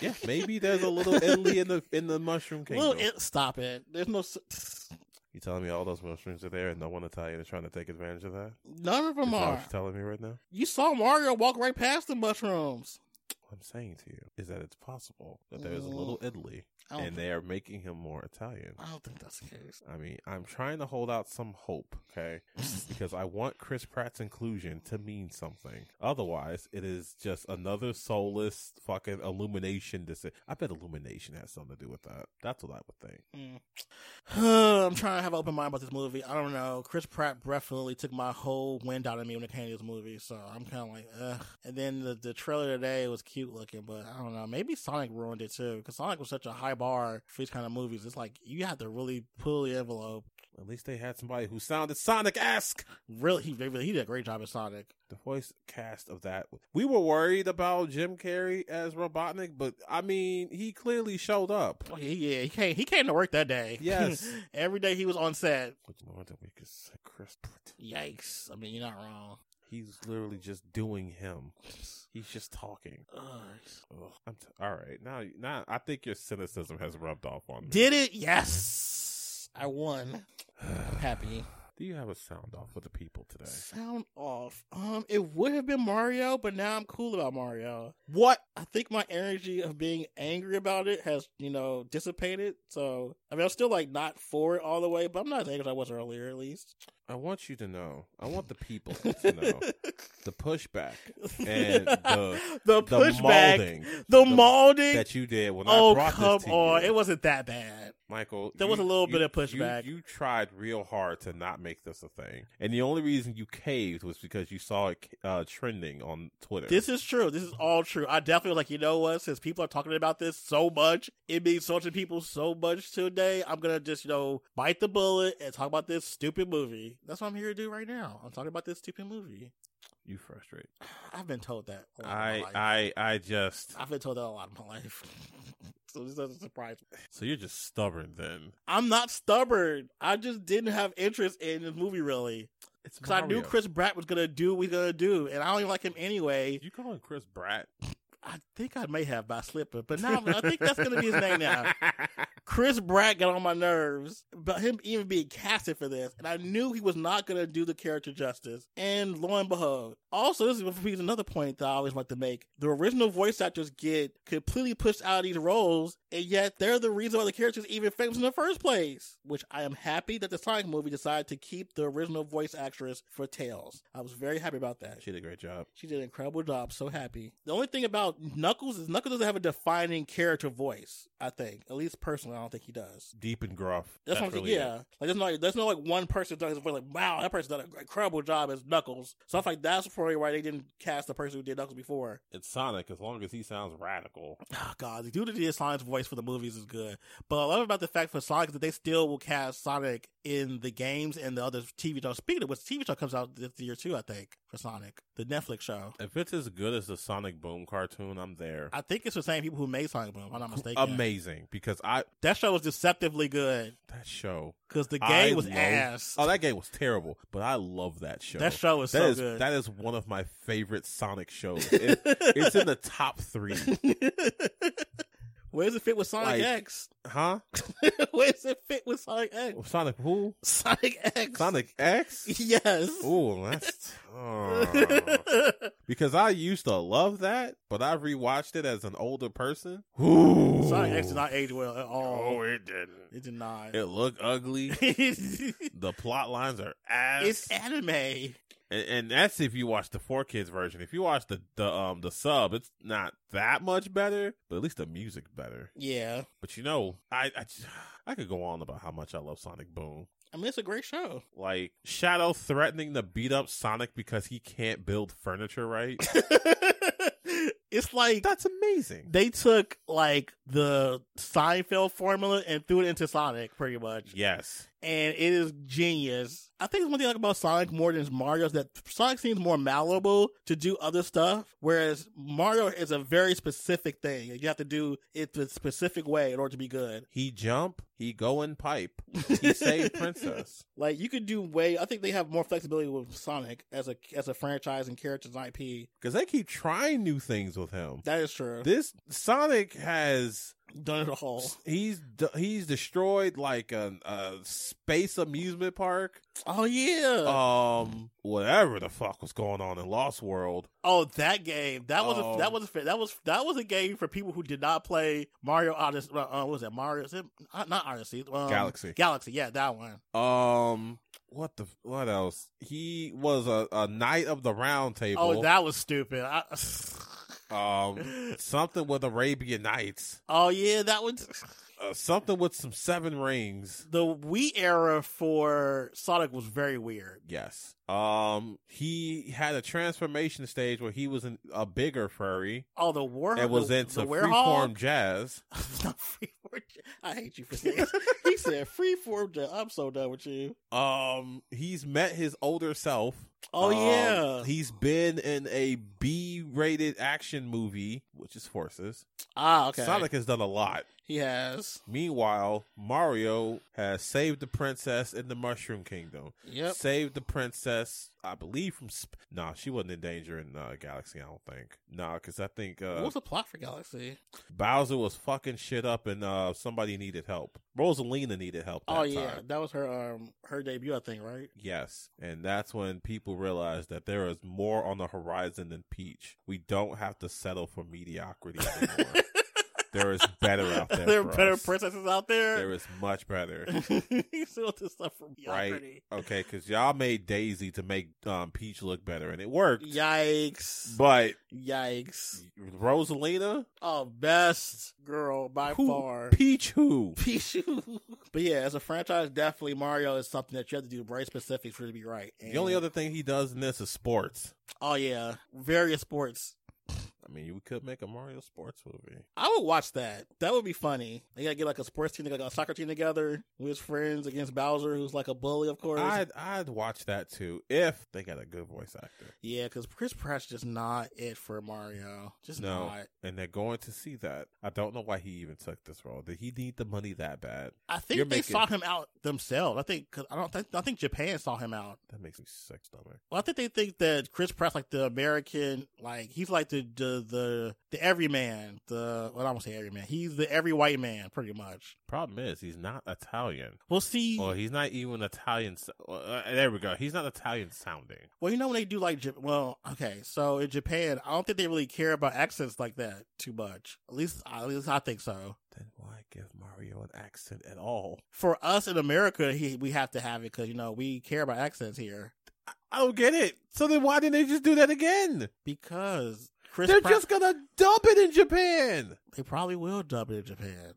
[SPEAKER 2] Yeah, maybe there's a
[SPEAKER 3] [LAUGHS]
[SPEAKER 2] little Italy in the in the Mushroom Kingdom.
[SPEAKER 3] Little it, stop it. There's no. s-
[SPEAKER 2] you telling me all those mushrooms are there and no one Italian is trying to take advantage of that?
[SPEAKER 3] None of
[SPEAKER 2] Is
[SPEAKER 3] them
[SPEAKER 2] that what
[SPEAKER 3] are.
[SPEAKER 2] you're telling me right now?
[SPEAKER 3] You saw Mario walk right past the mushrooms.
[SPEAKER 2] What I'm saying to you is that it's possible that there is a little Italy
[SPEAKER 3] I don't,
[SPEAKER 2] and they are making him more Italian.
[SPEAKER 3] I don't think that's the case.
[SPEAKER 2] I mean, I'm trying to hold out some hope, okay? Because I want Chris Pratt's inclusion to mean something. Otherwise, it is just another soulless fucking illumination decision. I bet illumination has something to do with that. That's what I would think.
[SPEAKER 3] Mm. [SIGHS] I'm trying to have an open mind about this movie. I don't know. Chris Pratt definitely took my whole wind out of me when it came to this movie, so I'm kind of like, ugh. And then the, the trailer today was cute looking, but I don't know. Maybe Sonic ruined it too, because Sonic was such a high bar for these kind of movies. It's like you have to really pull the envelope.
[SPEAKER 2] At least they had somebody who sounded Sonic-esque.
[SPEAKER 3] Really, he really he did a great job as Sonic.
[SPEAKER 2] The voice cast of that. We were worried about Jim Carrey as Robotnik, but I mean, he clearly showed up.
[SPEAKER 3] Oh, yeah, yeah, he came he came to work that day. [LAUGHS]
[SPEAKER 2] Yes.
[SPEAKER 3] every day he was on set.
[SPEAKER 2] Which more than we could say, Chris Pratt.
[SPEAKER 3] Yikes! I mean, you're not wrong.
[SPEAKER 2] He's literally just doing him. He's just talking.
[SPEAKER 3] Ugh.
[SPEAKER 2] Ugh, I'm t- all right now. Now I think your cynicism has rubbed off on me.
[SPEAKER 3] Did it? Yes. I won. I'm happy.
[SPEAKER 2] [SIGHS] Do you have a sound off with the people today?
[SPEAKER 3] Sound off. Um, it would have been Mario, but now I'm cool about Mario. What? I think my energy of being angry about it has, you know, dissipated. So I mean, I'm still like not for it all the way, but I'm not as angry as I was earlier, at least.
[SPEAKER 2] I want you to know. I want the people to
[SPEAKER 3] [LAUGHS]
[SPEAKER 2] know the pushback and the
[SPEAKER 3] the
[SPEAKER 2] the
[SPEAKER 3] pushback,
[SPEAKER 2] maulding,
[SPEAKER 3] the, maulding.
[SPEAKER 2] that you did when I
[SPEAKER 3] oh
[SPEAKER 2] brought
[SPEAKER 3] come
[SPEAKER 2] this to
[SPEAKER 3] on!
[SPEAKER 2] you,
[SPEAKER 3] It wasn't that bad.
[SPEAKER 2] Michael.
[SPEAKER 3] there
[SPEAKER 2] you-
[SPEAKER 3] was a little bit
[SPEAKER 2] you-
[SPEAKER 3] of pushback.
[SPEAKER 2] You, you tried real hard to not make this a thing, and the only reason you caved was because you saw it uh, trending on Twitter.
[SPEAKER 3] This is true. This is all true. I definitely was like, you know what? Since people are talking about this so much, it means so much to people so much today. I'm gonna just, you know, bite the bullet and talk about this stupid movie. That's what I'm here to do right now. I'm talking about this stupid movie. [SIGHS]
[SPEAKER 2] you frustrate.
[SPEAKER 3] I've been told that. A lot in
[SPEAKER 2] I
[SPEAKER 3] Oh, my life.
[SPEAKER 2] I I just.
[SPEAKER 3] I've been told that a lot in my life. [LAUGHS] so this doesn't surprise me.
[SPEAKER 2] So you're just stubborn then.
[SPEAKER 3] I'm not stubborn. I just didn't have interest in this movie really
[SPEAKER 2] It's
[SPEAKER 3] because I knew Chris Pratt was gonna do what he's gonna do, and I don't even like him anyway.
[SPEAKER 2] You calling Chris Brat?
[SPEAKER 3] I think I may have by slipping, but now I think that's gonna be his name now. Chris Pratt got on my nerves about him even being casted for this, and I knew he was not going to do the character justice. And lo and behold, also this is another point that I always like to make: the original voice actors get completely pushed out of these roles, and yet they're the reason why the characters even famous in the first place. Which I am happy that the Sonic movie decided to keep the original voice actress for Tails. I was very happy about
[SPEAKER 2] [LAUGHS]
[SPEAKER 3] that.
[SPEAKER 2] She did a great job.
[SPEAKER 3] She did an incredible job. So happy. The only thing about Knuckles is Knuckles doesn't have a defining character voice. I think, at least personally, I don't think he does.
[SPEAKER 2] Deep and gruff.
[SPEAKER 3] That's, what I'm
[SPEAKER 2] really
[SPEAKER 3] saying. Yeah, like there's no, there's no like one person does his voice. Like, wow, that person done an incredible job as Knuckles. So I feel like that's probably why they didn't cast the person who did Knuckles before.
[SPEAKER 2] it. It's Sonic. As long as he sounds radical,
[SPEAKER 3] Oh, God, the dude that did Sonic's voice for the movies is good. But what I love about the fact for Sonic is that they still will cast Sonic in the games and the other TV shows. Speaking of which, TV show comes out this year too, I think. for Sonic, the Netflix show.
[SPEAKER 2] If it's as good as the Sonic Boom cartoon, I'm there.
[SPEAKER 3] I think it's the same people who made Sonic Boom. If I'm not mistaken.
[SPEAKER 2] Amazing because I
[SPEAKER 3] That show was deceptively good
[SPEAKER 2] that show.
[SPEAKER 3] because the game
[SPEAKER 2] I
[SPEAKER 3] was
[SPEAKER 2] love-
[SPEAKER 3] ass.
[SPEAKER 2] Oh, that game was terrible, but I love that show.
[SPEAKER 3] that show was
[SPEAKER 2] That
[SPEAKER 3] so
[SPEAKER 2] is-
[SPEAKER 3] good. [LAUGHS]
[SPEAKER 2] that is one of my favorite Sonic shows. It- it's in the top three,
[SPEAKER 3] Where does it fit with Sonic
[SPEAKER 2] Like-
[SPEAKER 3] X? [LAUGHS]
[SPEAKER 2] huh?
[SPEAKER 3] Where does it fit with Sonic X?
[SPEAKER 2] Sonic who?
[SPEAKER 3] Sonic X.
[SPEAKER 2] Sonic X?
[SPEAKER 3] [LAUGHS] Yes. [LAUGHS]
[SPEAKER 2] Ooh, that's oh. because I used to love that, but I rewatched it as an older person. Ooh,
[SPEAKER 3] Sonic X did not age well at all.
[SPEAKER 4] Oh, it didn't.
[SPEAKER 3] It did not. [LAUGHS]
[SPEAKER 2] It looked ugly. The plot lines are ass.
[SPEAKER 3] it's anime.
[SPEAKER 2] and, and that's if you watch the four kids version. If you watch the, the um the sub, it's not that much better, but at least the music better.
[SPEAKER 3] Yeah.
[SPEAKER 2] But you know, I I, just- I could go on about how much I love Sonic Boom.
[SPEAKER 3] I mean, it's a great show. [LAUGHS]
[SPEAKER 2] Like Shadow threatening to beat up Sonic because he can't build furniture right.
[SPEAKER 3] it's like
[SPEAKER 2] That's amazing.
[SPEAKER 3] they took like the Seinfeld formula and threw it into Sonic pretty much.
[SPEAKER 2] Yes.
[SPEAKER 3] And it is genius. I think one thing I like about Sonic more than Mario is that Sonic seems more malleable to do other stuff, whereas Mario is a very specific thing. You have to do it the specific way in order to be good.
[SPEAKER 2] He jump, he go in pipe. [LAUGHS] He
[SPEAKER 3] [LAUGHS]
[SPEAKER 2] saved princess.
[SPEAKER 3] Like you could do way. I think they have more flexibility with Sonic as a as a franchise and characters IP.
[SPEAKER 2] Cuz they keep trying new things with him.
[SPEAKER 3] That is true.
[SPEAKER 2] This Sonic has
[SPEAKER 3] Done it all.
[SPEAKER 2] he's de- he's destroyed like a, a space amusement park.
[SPEAKER 3] Oh yeah.
[SPEAKER 2] Um, whatever the fuck was going on in Lost World.
[SPEAKER 3] oh, that game. That was
[SPEAKER 2] Oh.
[SPEAKER 3] a, that was a, that was that was a game for people who did not play Mario Odyssey. Uh, uh, what was that Mario? Is it uh, not Odyssey? Um,
[SPEAKER 2] Galaxy.
[SPEAKER 3] Galaxy. Yeah, that one.
[SPEAKER 2] Um, what the f- what else? He was a, a knight of the Round
[SPEAKER 3] Oh,
[SPEAKER 2] Table.
[SPEAKER 3] that was stupid. I, [LAUGHS]
[SPEAKER 2] um, something with Arabian Nights.
[SPEAKER 3] oh yeah, that was
[SPEAKER 2] Uh, something with some seven rings.
[SPEAKER 3] the Wii era for Sonic was very weird.
[SPEAKER 2] Yes. Um, he had a transformation stage where he was an, a bigger furry
[SPEAKER 3] Oh, the war.
[SPEAKER 2] and was
[SPEAKER 3] the,
[SPEAKER 2] into
[SPEAKER 3] the Werehog? [LAUGHS]
[SPEAKER 2] freeform jazz.
[SPEAKER 3] Not freeform. Jack. I hate you for saying. [LAUGHS] he said freeform. Jack. I'm so done with you.
[SPEAKER 2] Um, he's met his older self.
[SPEAKER 3] Oh
[SPEAKER 2] Um,
[SPEAKER 3] yeah.
[SPEAKER 2] he's been in a B-rated action movie, which is Forces.
[SPEAKER 3] ah okay.
[SPEAKER 2] Sonic has done a lot.
[SPEAKER 3] He has.
[SPEAKER 2] Meanwhile, Mario has saved the princess in the Mushroom Kingdom.
[SPEAKER 3] Yep.
[SPEAKER 2] Saved the princess, I believe, from. Sp- nah, she wasn't in danger in uh, Galaxy. I don't think. Nah, because I think
[SPEAKER 3] What's
[SPEAKER 2] uh,
[SPEAKER 3] what was the plot for Galaxy?
[SPEAKER 2] Bowser was fucking shit up, and uh, somebody needed help. Rosalina needed help. That
[SPEAKER 3] Oh yeah,
[SPEAKER 2] time.
[SPEAKER 3] that was her um her debut, I think, right?
[SPEAKER 2] Yes, and that's when people realize that there is more on the horizon than Peach. We don't have to settle for mediocrity anymore.
[SPEAKER 3] [LAUGHS]
[SPEAKER 2] there is better out there.
[SPEAKER 3] there are
[SPEAKER 2] for
[SPEAKER 3] better
[SPEAKER 2] us.
[SPEAKER 3] princesses out there. [LAUGHS]
[SPEAKER 2] There is much better.
[SPEAKER 3] He's doing this stuff for mediocrity.
[SPEAKER 2] Okay, because y'all made Daisy to make um, Peach look better, and it worked.
[SPEAKER 3] Yikes!
[SPEAKER 2] But
[SPEAKER 3] Yikes!
[SPEAKER 2] Rosalina,
[SPEAKER 3] Oh, best girl by
[SPEAKER 2] Who- [LAUGHS]
[SPEAKER 3] far.
[SPEAKER 2] Peach, who?
[SPEAKER 3] Pichu. but yeah, as a franchise, definitely Mario is something that you have to do very specific for it to be right.
[SPEAKER 2] The only other thing he does in this is sports.
[SPEAKER 3] Oh yeah, various sports.
[SPEAKER 2] I mean, we could make a Mario sports movie.
[SPEAKER 3] I would watch that. That would be funny. They gotta get like a sports team, like a soccer team together with his friends against Bowser, who's like a bully, of course.
[SPEAKER 2] I'd I'd watch that too if they got a good voice actor.
[SPEAKER 3] Yeah, because Chris Pratt's just not it for Mario. Just
[SPEAKER 2] No.
[SPEAKER 3] not.
[SPEAKER 2] and they're going to see that. I don't know why he even took this role. Did he need the money that bad?
[SPEAKER 3] I think
[SPEAKER 2] You're
[SPEAKER 3] they
[SPEAKER 2] making-
[SPEAKER 3] saw him out themselves. I think cause I don't think I think Japan saw him out.
[SPEAKER 2] That makes me sick stomach.
[SPEAKER 3] Well, I think they think that Chris Pratt's like the American, like he's like the the the, the everyman. The well, I won't say everyman. He's the every white man, pretty much.
[SPEAKER 2] Problem is, he's not Italian,
[SPEAKER 3] Well, see,
[SPEAKER 2] or he's not even Italian. s- Uh, there we go. He's not Italian sounding.
[SPEAKER 3] well, you know when they do like, Jap- well, okay, so in Japan, I don't think they really care about accents like that too much. At least, at least I think so.
[SPEAKER 2] Then why give Mario an accent at all?
[SPEAKER 3] For us in America, he, we have to have it because you know we care about accents here
[SPEAKER 2] I don't get it. So then, why didn't they just do that again?
[SPEAKER 3] because Chris
[SPEAKER 2] They're
[SPEAKER 3] Pratt,
[SPEAKER 2] just gonna dump it in Japan. [LAUGHS]
[SPEAKER 3] they probably will dub it in Japan.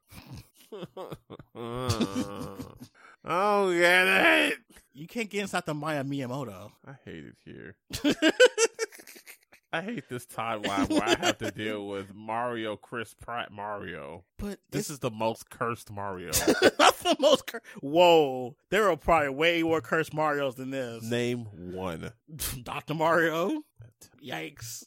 [SPEAKER 2] oh, get it.
[SPEAKER 3] [LAUGHS] You can't get inside the Maya Miyamoto.
[SPEAKER 2] I hate it here. I hate
[SPEAKER 3] [LAUGHS]
[SPEAKER 2] this timeline where I have to deal with Mario, Chris Pratt, Mario.
[SPEAKER 3] But
[SPEAKER 2] This is the most cursed Mario.
[SPEAKER 3] [LAUGHS] That's the most. Cur- Whoa, there are probably way more cursed Mario's than this.
[SPEAKER 2] Name one.
[SPEAKER 3] [LAUGHS] Doctor Mario. Yikes!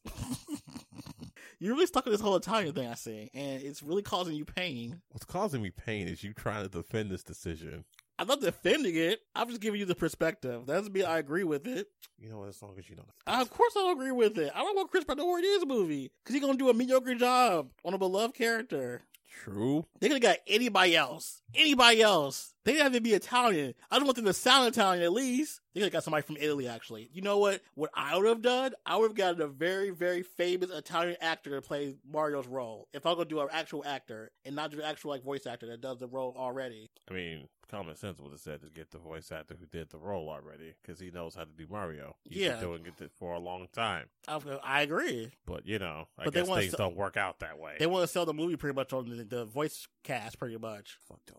[SPEAKER 3] [LAUGHS] You're really stuck with this whole Italian thing I see, and it's really causing you pain.
[SPEAKER 2] What's causing me pain is you trying to defend this decision.
[SPEAKER 3] I'm not defending it. I'm just giving you the perspective. That doesn't mean I agree with it.
[SPEAKER 2] You know what? As long as you know the
[SPEAKER 3] Uh, of course, I don't agree with it. I don't want Chris Pratt to award his movie because he's gonna do a mediocre job on a beloved character.
[SPEAKER 2] true.
[SPEAKER 3] They could have got anybody else. Anybody else. They didn't have to be Italian. I don't want them to sound Italian at least. They could have got somebody from Italy, actually. You know what? What I would have done, I would have gotten a very, very famous Italian actor to play Mario's role. If I'm going to do an actual actor and not just an actual like voice actor that does the role already.
[SPEAKER 2] I mean, common sense would have said to get the voice actor who did the role already because he knows how to do Mario. He's
[SPEAKER 3] Yeah.
[SPEAKER 2] been doing it for a long time.
[SPEAKER 3] I, I agree.
[SPEAKER 2] But you know, I
[SPEAKER 3] But they
[SPEAKER 2] guess
[SPEAKER 3] wanna
[SPEAKER 2] things
[SPEAKER 3] s-
[SPEAKER 2] don't work out that way.
[SPEAKER 3] They want to sell the movie pretty much on the, the voice cast, pretty much.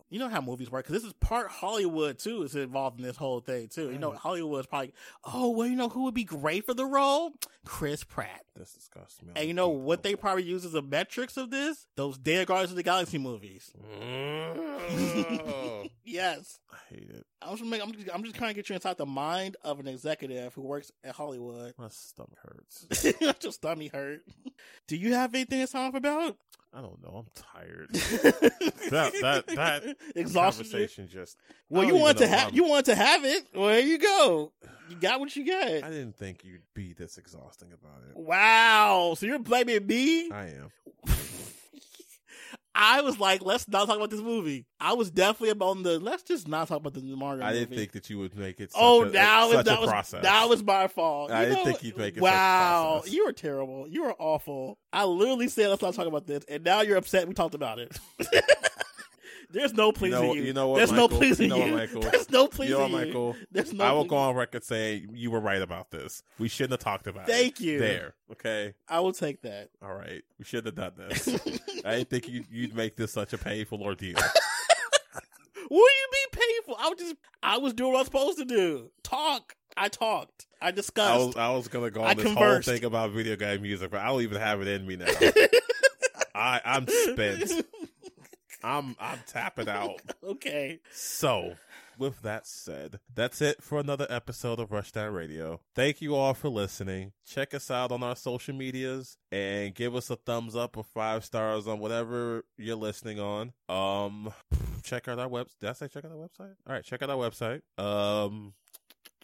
[SPEAKER 3] You know how movies work because this is part Hollywood too. Is involved in this whole thing too. You know,
[SPEAKER 2] Mm.
[SPEAKER 3] Hollywood's probably, oh well, you know who would be great for the role? Chris Pratt.
[SPEAKER 2] That's disgusting.
[SPEAKER 3] And you know what they probably use as a metrics of this? Those Dead Guardians of the Galaxy movies.
[SPEAKER 2] Mm. [LAUGHS]
[SPEAKER 3] [LAUGHS] Yes.
[SPEAKER 2] I hate it.
[SPEAKER 3] I'm just, make, I'm just, I'm just trying to get you inside the mind of an executive who works at Hollywood. [LAUGHS]
[SPEAKER 2] My stomach hurts.
[SPEAKER 3] Your stomach hurt. Do you have anything to sign off about?
[SPEAKER 2] I don't know. I'm tired.
[SPEAKER 3] that
[SPEAKER 2] that- that
[SPEAKER 3] [LAUGHS] exhaustion.
[SPEAKER 2] Conversation just.
[SPEAKER 3] Well,
[SPEAKER 2] I
[SPEAKER 3] you
[SPEAKER 2] don't
[SPEAKER 3] want to
[SPEAKER 2] even know
[SPEAKER 3] have
[SPEAKER 2] why
[SPEAKER 3] you want to have it. Well, there you go. You got what you
[SPEAKER 2] I'm- I
[SPEAKER 3] got.
[SPEAKER 2] didn't think you'd be this exhausting about it.
[SPEAKER 3] Wow. So you're blaming me?
[SPEAKER 2] I am.
[SPEAKER 3] [LAUGHS] I was like, let's not talk about this movie. I was definitely about on the let's just not talk about the Mario
[SPEAKER 2] I
[SPEAKER 3] movie.
[SPEAKER 2] didn't think that you would make it. Such
[SPEAKER 3] Oh,
[SPEAKER 2] a,
[SPEAKER 3] now
[SPEAKER 2] such
[SPEAKER 3] it- that
[SPEAKER 2] a
[SPEAKER 3] was
[SPEAKER 2] process.
[SPEAKER 3] that was my fault.
[SPEAKER 2] I
[SPEAKER 3] You
[SPEAKER 2] didn't
[SPEAKER 3] know,
[SPEAKER 2] think you'd make it such a
[SPEAKER 3] Wow,
[SPEAKER 2] process.
[SPEAKER 3] you were terrible. You were awful. I literally said let's not talk about this, and now you're upset. We talked about it. [LAUGHS] There's no
[SPEAKER 2] You
[SPEAKER 3] pleasing
[SPEAKER 2] know,
[SPEAKER 3] you.
[SPEAKER 2] you know what?
[SPEAKER 3] There's
[SPEAKER 2] Michael?
[SPEAKER 3] no pleasing
[SPEAKER 2] you. Know
[SPEAKER 3] you.
[SPEAKER 2] what, Michael?
[SPEAKER 3] [LAUGHS] There's no
[SPEAKER 2] you
[SPEAKER 3] pleasing
[SPEAKER 2] know what, Michael?
[SPEAKER 3] There's no.
[SPEAKER 2] I will
[SPEAKER 3] pleasing-
[SPEAKER 2] go on record saying you were right about this. We shouldn't have talked about it.
[SPEAKER 3] Thank you.
[SPEAKER 2] There. Okay.
[SPEAKER 3] I will take that. [LAUGHS]
[SPEAKER 2] All right. We shouldn't have done this. I didn't think you'd, you'd make this such a painful
[SPEAKER 3] [LAUGHS]
[SPEAKER 2] ordeal.
[SPEAKER 3] Will you be painful? I was just I was doing what I was supposed to do. Talk. I talked. I
[SPEAKER 2] I
[SPEAKER 3] discussed.
[SPEAKER 2] was, I was gonna go on
[SPEAKER 3] I
[SPEAKER 2] this
[SPEAKER 3] conversed.
[SPEAKER 2] whole thing about video game music, but I don't even have it in
[SPEAKER 3] [LAUGHS]
[SPEAKER 2] me now. I, I'm spent. I'm I'm tapping out.
[SPEAKER 3] okay.
[SPEAKER 2] So, with that said, that's it for another episode of Rushdown Radio. Thank you all for listening. Check us out on our social medias and give us a thumbs up or five stars on whatever you're listening on. Um, check out our web. Did I say check out our website? All right, check out our website. Um.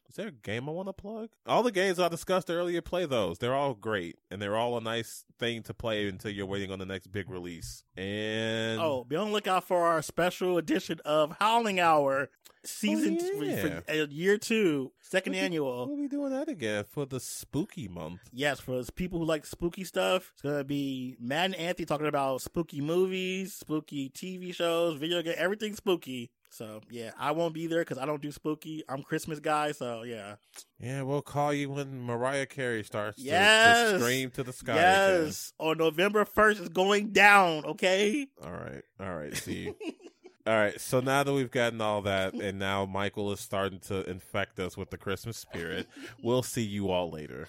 [SPEAKER 2] Is there a game I want to plug? All the games I discussed earlier, play those. They're all great, and they're all a nice thing to play until you're waiting on the next big release. And
[SPEAKER 3] Oh, be on the lookout for our special edition of Howling Hour season
[SPEAKER 2] Oh, yeah.
[SPEAKER 3] for, uh, year two, second
[SPEAKER 2] Look at-
[SPEAKER 3] annual.
[SPEAKER 2] We'll be doing that again for the spooky month.
[SPEAKER 3] Yes, for those people who like spooky stuff, it's gonna be Matt and Anthony talking about spooky movies, spooky TV shows, video game, everything spooky. So yeah, I won't be there because I don't do spooky. I'm Christmas guy, so yeah.
[SPEAKER 2] Yeah, we'll call you when Mariah Carey starts to- to,
[SPEAKER 3] Yes.
[SPEAKER 2] scream to the sky. again.
[SPEAKER 3] yes, on November first, it's going down. Okay.
[SPEAKER 2] All right. All right. See. [LAUGHS] all right. So now that we've gotten all that, and
[SPEAKER 3] [LAUGHS]
[SPEAKER 2] now Michael is starting to infect us with the Christmas spirit, we'll see you all later.